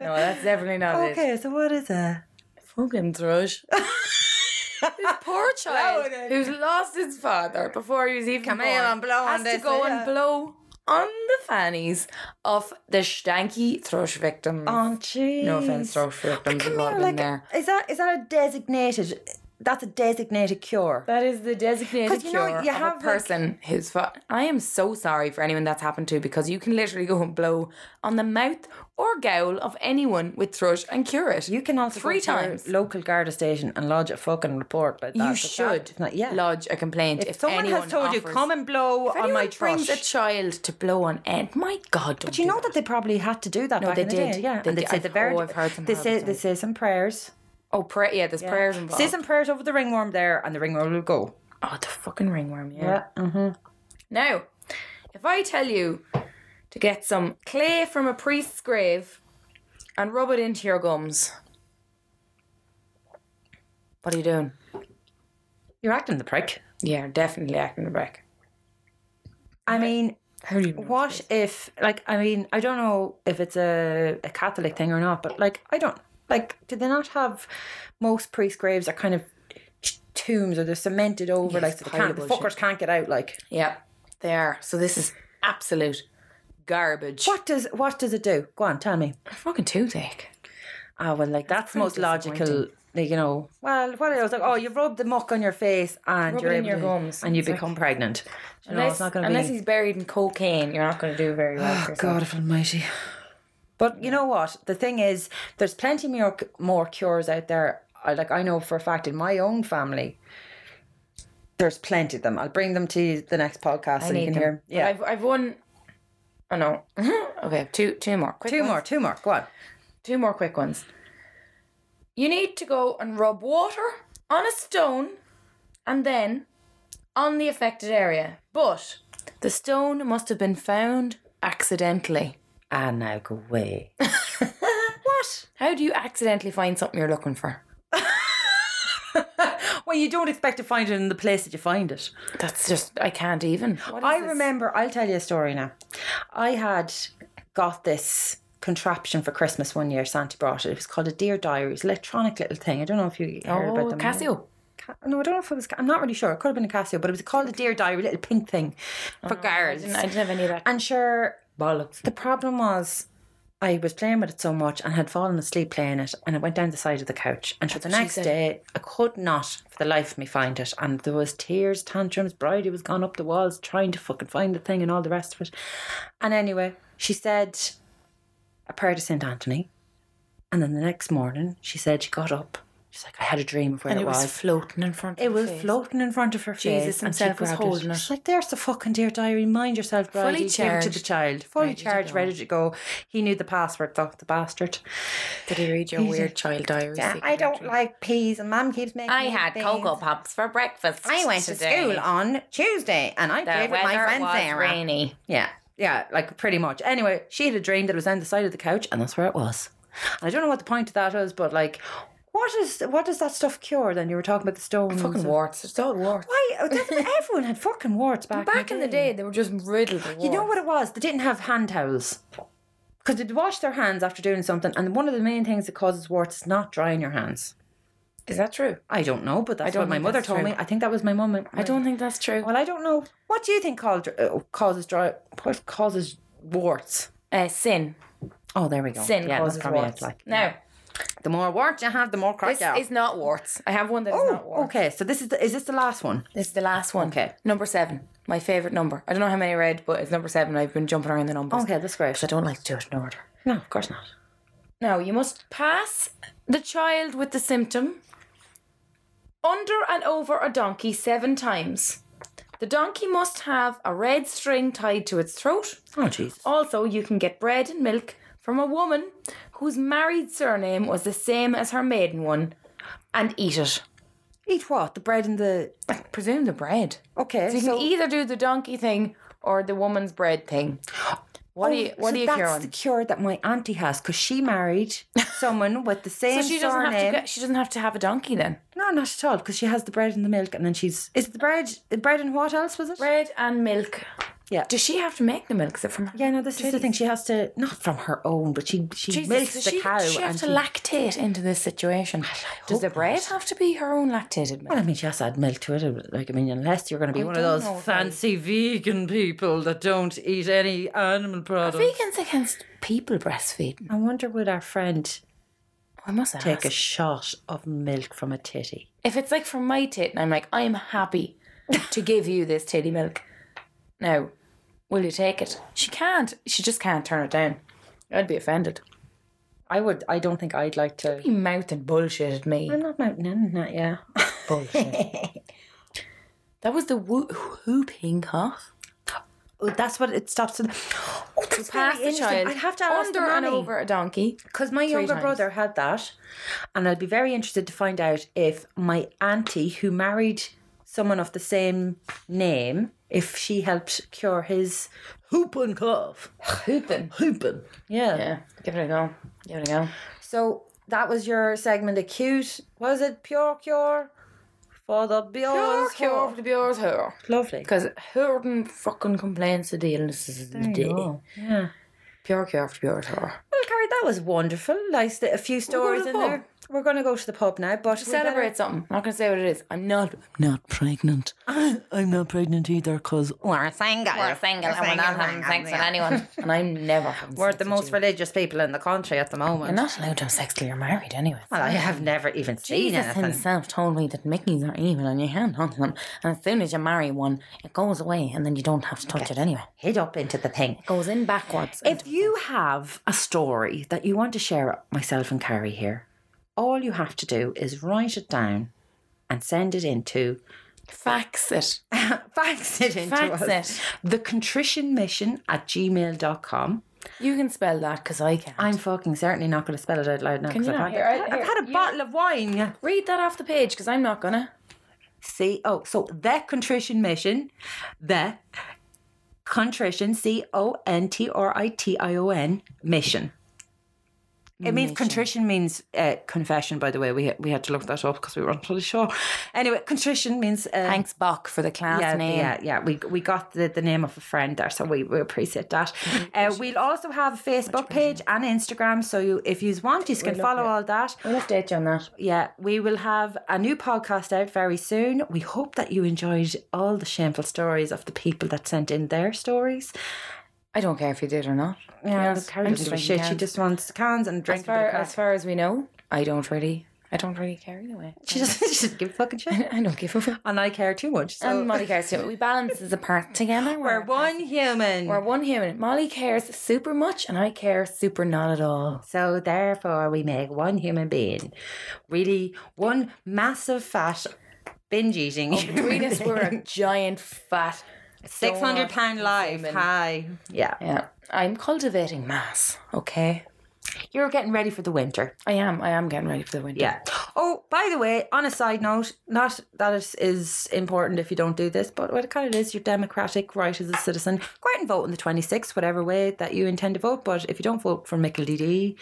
S3: No, that's definitely not it.
S2: so what is it?
S3: Fucking thrush. this poor child
S2: Blowing it.
S3: who's lost his father before he was even
S2: Come
S3: born
S2: here and blow on
S3: has to
S2: this,
S3: go
S2: yeah.
S3: and blow on the fannies of the stanky thrush victims.
S2: Oh, jeez.
S3: no offense, thrush victims.
S2: Come
S3: We've all
S2: here,
S3: been
S2: like,
S3: there.
S2: is that is that a designated that's a designated cure.
S5: That is the designated
S2: 'Cause you know,
S5: cure
S2: you
S5: of a
S2: have, like-
S3: person who's fu- I am so sorry for anyone that's happened to because you can literally go and blow on the mouth or gowl of anyone with thrush and cure it.
S2: You can also
S3: Three
S2: go to your
S3: times.
S2: local Garda station and lodge a fucking report about that.
S3: You
S2: but that
S3: should
S2: is not, yeah.
S3: lodge a complaint if,
S2: if someone
S3: anyone
S2: has told you
S3: offers-
S2: come and blow
S3: If
S2: on my
S3: anyone brings a
S2: trush.
S3: child to blow on end. My God, don't
S2: But you
S3: do
S2: know that they probably had to do that
S3: No,
S2: back
S3: they
S2: in the
S3: did.
S2: day, yeah.
S3: They
S2: and they
S3: did.
S2: say
S3: I've-
S2: the very
S3: oh, I've heard some
S2: they say
S3: horrible
S2: they say some prayers.
S3: Oh, pray- yeah, there's prayers involved.
S2: Say some prayers over the ringworm there, and the ringworm will go.
S3: Oh, the fucking ringworm, yeah. Now, if I tell you to get some clay from a priest's grave and rub it into your gums, what are you doing?
S2: You're acting the prick.
S3: Yeah, definitely acting the back.
S2: I mean,
S3: How do you? What?
S2: what if like I mean I don't know if it's a, a Catholic thing or not, but like I don't like do they not have most priest graves are kind of tombs or they're cemented over like so they can't, the
S3: pileable
S2: fuckers can't get out like
S3: Yeah, they are. So this is absolute garbage.
S2: what does what does it do go on tell me
S3: A fucking toothache.
S2: ah well like that's,
S3: pretty
S2: most logical like you know well what else like oh you rub the muck on your face and
S3: Rub
S2: you're
S3: it in
S2: able
S3: your
S2: to-
S3: gums.
S2: and you
S3: It's like-
S2: become pregnant You know,
S3: Unless,
S2: it's not gonna
S3: unless
S2: be
S3: he's buried in cocaine, you're not going to do very well. for yourself.
S2: God of Almighty. But you know what? The thing is, there's plenty more more cures out there. I like. I know for a fact in my own family, there's plenty of them. I'll bring them to you the next podcast so you can
S3: them.
S2: hear.
S3: But
S2: Yeah,
S3: I've I've won. Oh no. okay, two two more. Quick
S2: two
S3: ones.
S2: more, two more. Go on.
S3: Two more quick ones. You need to go and rub water on a stone and then on the affected area. But the stone must have been found accidentally.
S2: And now go away.
S3: What? How do you accidentally find something you're looking for?
S2: well, you don't expect to find it in the place that you find it.
S3: That's just I can't even. What is
S2: I
S3: this?
S2: remember, I'll tell you a story now. I had got this contraption for Christmas one year, Santa brought it. It was called a Dear Diaries, electronic little thing. I don't know if you heard about
S3: Oh,
S2: them.
S3: Casio.
S2: Ca- No, I don't know if it was. Ca- I'm not really sure. It could have been a Casio, but it was called a Dear Diary, little pink thing Oh, for
S3: I
S2: girls.
S3: didn't, I didn't have any of that.
S2: And sure,
S3: Bollocks.
S2: the problem was I was playing with it so much and had fallen asleep playing it, and it went down the side of the couch. And sure, the
S3: what she
S2: next
S3: said.
S2: day, I could not for the life of me find it. And there was tears, tantrums. Bridie was gone up the walls trying to fucking find the thing and all the rest of it. And anyway, she said a prayer to St. Anthony. And then the next morning, she said she got up. She's like, I had a dream of where
S3: And
S2: it
S3: it was floating in front of
S2: it
S3: her
S2: was
S3: face.
S2: floating in front of her face.
S3: Jesus
S2: and she
S3: himself was
S2: grabbed
S3: holding it.
S2: She's like, there's the fucking dear diary. Mind yourself, Brady.
S3: Fully
S2: Give it to
S3: charged.
S2: the child. Fully charged, ready to go. He knew the password, though, the bastard.
S3: Did he read your weird child diary? secret
S2: I don't
S3: entry?
S2: like peas, and Mum keeps making
S3: I
S2: me
S3: had
S2: beans.
S3: cocoa pops for breakfast.
S2: I went to
S3: today.
S2: school on Tuesday, and I
S3: The
S2: played with my
S3: weather
S2: friend
S3: was
S2: Sarah.
S3: rainy.
S2: Yeah, yeah, like pretty much. Anyway, she had a dream that it was down the side of the couch, and that's where it was. And I don't know what the point of that was, but like, what is what does that stuff cure? Then you were talking about the stones.
S3: Fucking
S2: and-
S3: warts. It's all warts.
S2: Why? oh, that's- Everyone had fucking warts back,
S3: Back in the day, they were just riddled with warts.
S2: You know what it was? They didn't have hand towels. Because they'd wash their hands after doing something, and one of the main things that causes warts is not drying your hands.
S3: Is that true?
S2: I don't know, but that's
S3: don't
S2: what my
S3: think
S2: mother
S3: that's
S2: told
S3: true.
S2: me. I think that was my mum.
S3: I don't think that's true.
S2: Well, I don't know. What do you think call, uh, causes dry? What causes warts?
S3: Uh, sin.
S2: Oh, there we go.
S3: Sin
S2: Yeah, that's
S3: causes
S2: probably it,
S3: warts.
S2: like-
S3: now,
S2: the more warts you have, the more crack
S3: this
S2: you have.
S3: is not warts. I have one that is not
S2: Oh,
S3: warts.
S2: okay. So this is the, is this the last one?
S3: This is the last one.
S2: Okay.
S3: Number seven. My favourite number. I don't know how many I read, but it's number seven. I've been jumping around the numbers.
S2: Okay, that's great.
S3: 'Cause I don't like to do it in order.
S2: No, of course not.
S3: Now, you must pass the child with the symptom under and over a donkey seven times. The donkey must have a red string tied to its throat.
S2: Oh, Jesus.
S3: Also, you can get bread and milk from a woman whose married surname was the same as her maiden one and eat it.
S2: Eat what? The bread and the
S3: I presume the bread.
S2: okay.
S3: So you can either do the donkey thing or the woman's bread thing. What do
S2: Oh,
S3: you what
S2: so
S3: do you
S2: that's
S3: care
S2: the
S3: on?
S2: cure that my auntie has because she married someone with the
S3: So
S2: same
S3: she doesn't
S2: surname.
S3: have to get, she doesn't have to have a donkey then.
S2: No, not at all because she has the bread and the milk, and then she's is it the bread, the bread and what else was it?
S3: Bread and milk.
S2: Yeah.
S3: Does she have to make the milk? Is it from her?
S2: Yeah, no, this is the thing. She has to not from her own, but she she
S3: Jesus,
S2: milks
S3: does
S2: the
S3: she,
S2: cow.
S3: does she have
S2: and
S3: to
S2: she-
S3: lactate into this situation? Does
S2: hope
S3: the bread
S2: not.
S3: have to be her own lactated milk?
S2: well, I mean, she has to add milk to it. uh, Like, I mean, unless you're going to be
S3: I
S2: one of
S3: don't
S2: those
S3: know if I-
S2: fancy vegan people that don't eat any animal products.
S3: Vegans against people breastfeeding.
S2: I wonder would our friend
S3: I must ask.
S2: take a shot of milk from a titty.
S3: if it's like from my tit and I'm like, I'm happy to give you this titty milk. Now, will you take it? She can't. She just can't turn it down. I'd be offended.
S2: I would. I don't think I'd like to.
S3: You mouthing bullshit at me.
S2: I'm not mounting in that. Yeah.
S3: Bullshit. that was the who- whooping cough.
S2: Oh, that's what it stops. With. Oh, that's
S3: Past
S2: very
S3: the
S2: interesting.
S3: child.
S2: I'd have to ask
S3: under
S2: the
S3: and
S2: nanny.
S3: over a donkey.
S2: Because my younger
S3: times.
S2: brother had that, and I'd be very interested to find out if my auntie, who married someone of the same name, if she helped cure his whooping cough.
S3: Whooping.
S2: Whooping. Yeah.
S3: Yeah, give it a go. Give it a go.
S2: So that was your segment of cute. Was it pure cure for the
S3: Pure
S2: beyond
S3: cure for the Bureau's hair.
S2: Lovely.
S3: Because hurting fucking complaints of the illnesses of the day.
S2: Oh, yeah.
S3: Pure cure for the Bureau's hair.
S2: Well, Carrie, that was wonderful. Nice, li- a few
S3: going to
S2: stories
S3: the
S2: in
S3: pub.
S2: there. We're going to go to the pub now, but we better-
S3: Celebrate something. I'm not going to say what it is. I'm not.
S6: not pregnant. I'm not pregnant either because
S2: We're single.
S3: We're single and we're not having sex with anyone. And I'm never having
S2: We're
S3: sex
S2: the
S3: with
S2: most
S3: you.
S2: religious people in the country at the
S3: You're
S2: moment.
S3: not allowed to have sex till you're married anyway.
S2: Well, I have never even seen
S3: Ah, Jesus
S2: anything.
S3: himself told me that Mickeys are evil and you can't hunt them. And as soon as you marry one, it goes away and then you don't have to touch it anyway.
S2: Head up into the thing.
S3: It goes in backwards.
S2: If you have a story that you want to share, myself and Carrie here, all you have to do is write it down and send it into
S3: fax it.
S2: fax it into
S3: Fax
S2: us. The contrition mission at gmail.com.
S3: You can spell that because I can.
S2: I'm fucking certainly not going to spell it out loud now
S3: Can
S2: because
S3: you
S2: I've,
S3: not?
S2: had-
S3: Here, I-
S2: I've
S3: here,
S2: had a
S3: you-
S2: bottle of wine.
S3: Read that off the page because I'm not gonna.
S2: See, oh, so the contrition mission, the contrition, C O N T R I T I O N mission. It means contrition means uh, confession. By the way, we we had to look that up because we weren't really sure. Anyway, contrition means uh,
S3: Thanks, Bach, for the class
S2: yeah,
S3: name.
S2: yeah, yeah. We we got the, the name of a friend there, so we, we appreciate that. Uh, we'll also have a Facebook page and Instagram, so you if you want, you can follow all that.
S3: We'll update you on that.
S2: Yeah, we will have a new podcast out very soon. We hope that you enjoyed all the shameful stories of the people that sent in their stories.
S3: I don't care if you did or not.
S2: Yeah,
S3: Yes,
S2: Carrie
S3: I'm
S2: doesn't
S3: just
S2: give a
S3: drinking
S2: shit. She
S3: cans.
S2: just wants cans and
S3: As
S2: drinks.
S3: far as far as we know, I don't really, I don't really care either way.
S2: she doesn't, she doesn't give a fucking shit.
S3: I don't give a fuck.
S2: And I care too much. So
S3: And Molly cares too. We balance this apart together.
S2: we're one human.
S3: We're one human. Molly cares super much, and I care super not at all.
S2: so therefore, we make one human being. Really, one massive fat binge eating.
S3: Between us, we're a giant fat.
S2: Six hundred pound life. Hi. Yeah.
S3: Yeah, I'm cultivating mass. Okay,
S2: You're getting ready for the winter.
S3: I am. I am getting ready for the winter.
S2: Yeah. Oh, by the way, on a side note, not that it is important if you don't do this, but what it kind of is your democratic right as a citizen. Go out and vote on the 26th, whatever way that you intend to vote. But if you don't vote for Michael DD,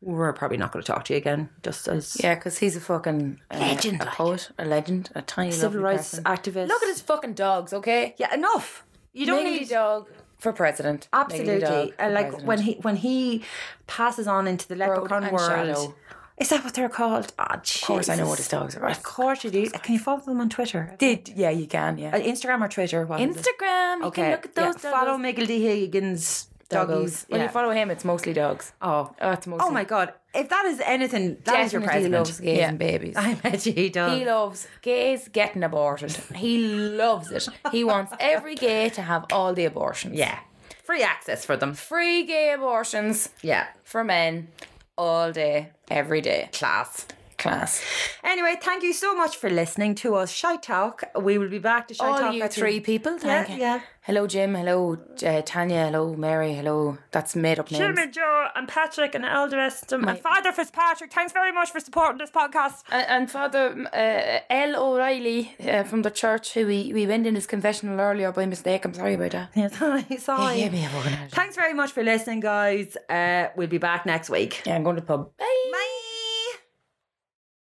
S2: we're probably not going to talk to you again, just as
S3: Yeah, because he's a fucking uh,
S2: Legend,
S3: a
S2: like.
S3: poet, a legend, a tiny
S2: civil
S3: lovely
S2: rights
S3: person.
S2: activist.
S3: Look at his fucking dogs, okay?
S2: Yeah, enough. You don't need.
S3: dog for president.
S2: Absolutely,
S3: Dog
S2: and like when he when he passes on into the leprechaun
S3: and
S2: world,
S3: Shadow.
S2: is that what they're called? Oh, of
S3: course I know what his dogs are.
S2: Of course you do. Can you follow them on Twitter?
S3: did yeah, you can yeah.
S2: Uh, Instagram or Twitter? What is it?
S3: Instagram. You can look at
S2: yeah.
S3: those.
S2: Follow Miggle D. Higgins doggies.
S3: When
S2: Yeah.
S3: you follow him, it's mostly dogs.
S2: oh.
S3: Oh, it's mostly.
S2: oh my god. If that is anything, that is
S3: Definitely
S2: your president.
S3: loves gays and babies.
S2: I bet he does.
S3: He loves gays getting aborted. He loves it. He wants every gay to have all the abortions.
S2: yeah. Free access for them.
S3: Free gay abortions
S2: Yeah.
S3: for men all day, every day.
S2: Class.
S3: Class.
S2: Anyway, thank you so much for listening to us. Shy Talk. We will be back to Shy
S3: all
S2: Talk.
S3: you
S2: at the-
S3: three people. Thank you.
S2: yeah.
S3: Hello, Jim. Hello, uh, Tanya. Hello, Mary. Hello. That's made up names.
S2: Jim and Joe and Patrick and Elderest and, and Father Fitzpatrick. Thanks very much for supporting this podcast.
S3: And, and Father um, uh, L. O'Reilly uh, from the church, who we, we went in his confessional earlier by mistake. I'm sorry about that.
S2: Yeah, sorry, sorry.
S3: Yeah, me a fucking
S2: Thanks very much for listening, guys. Uh, we'll be back next week.
S3: Yeah, I'm going to the pub. Bye.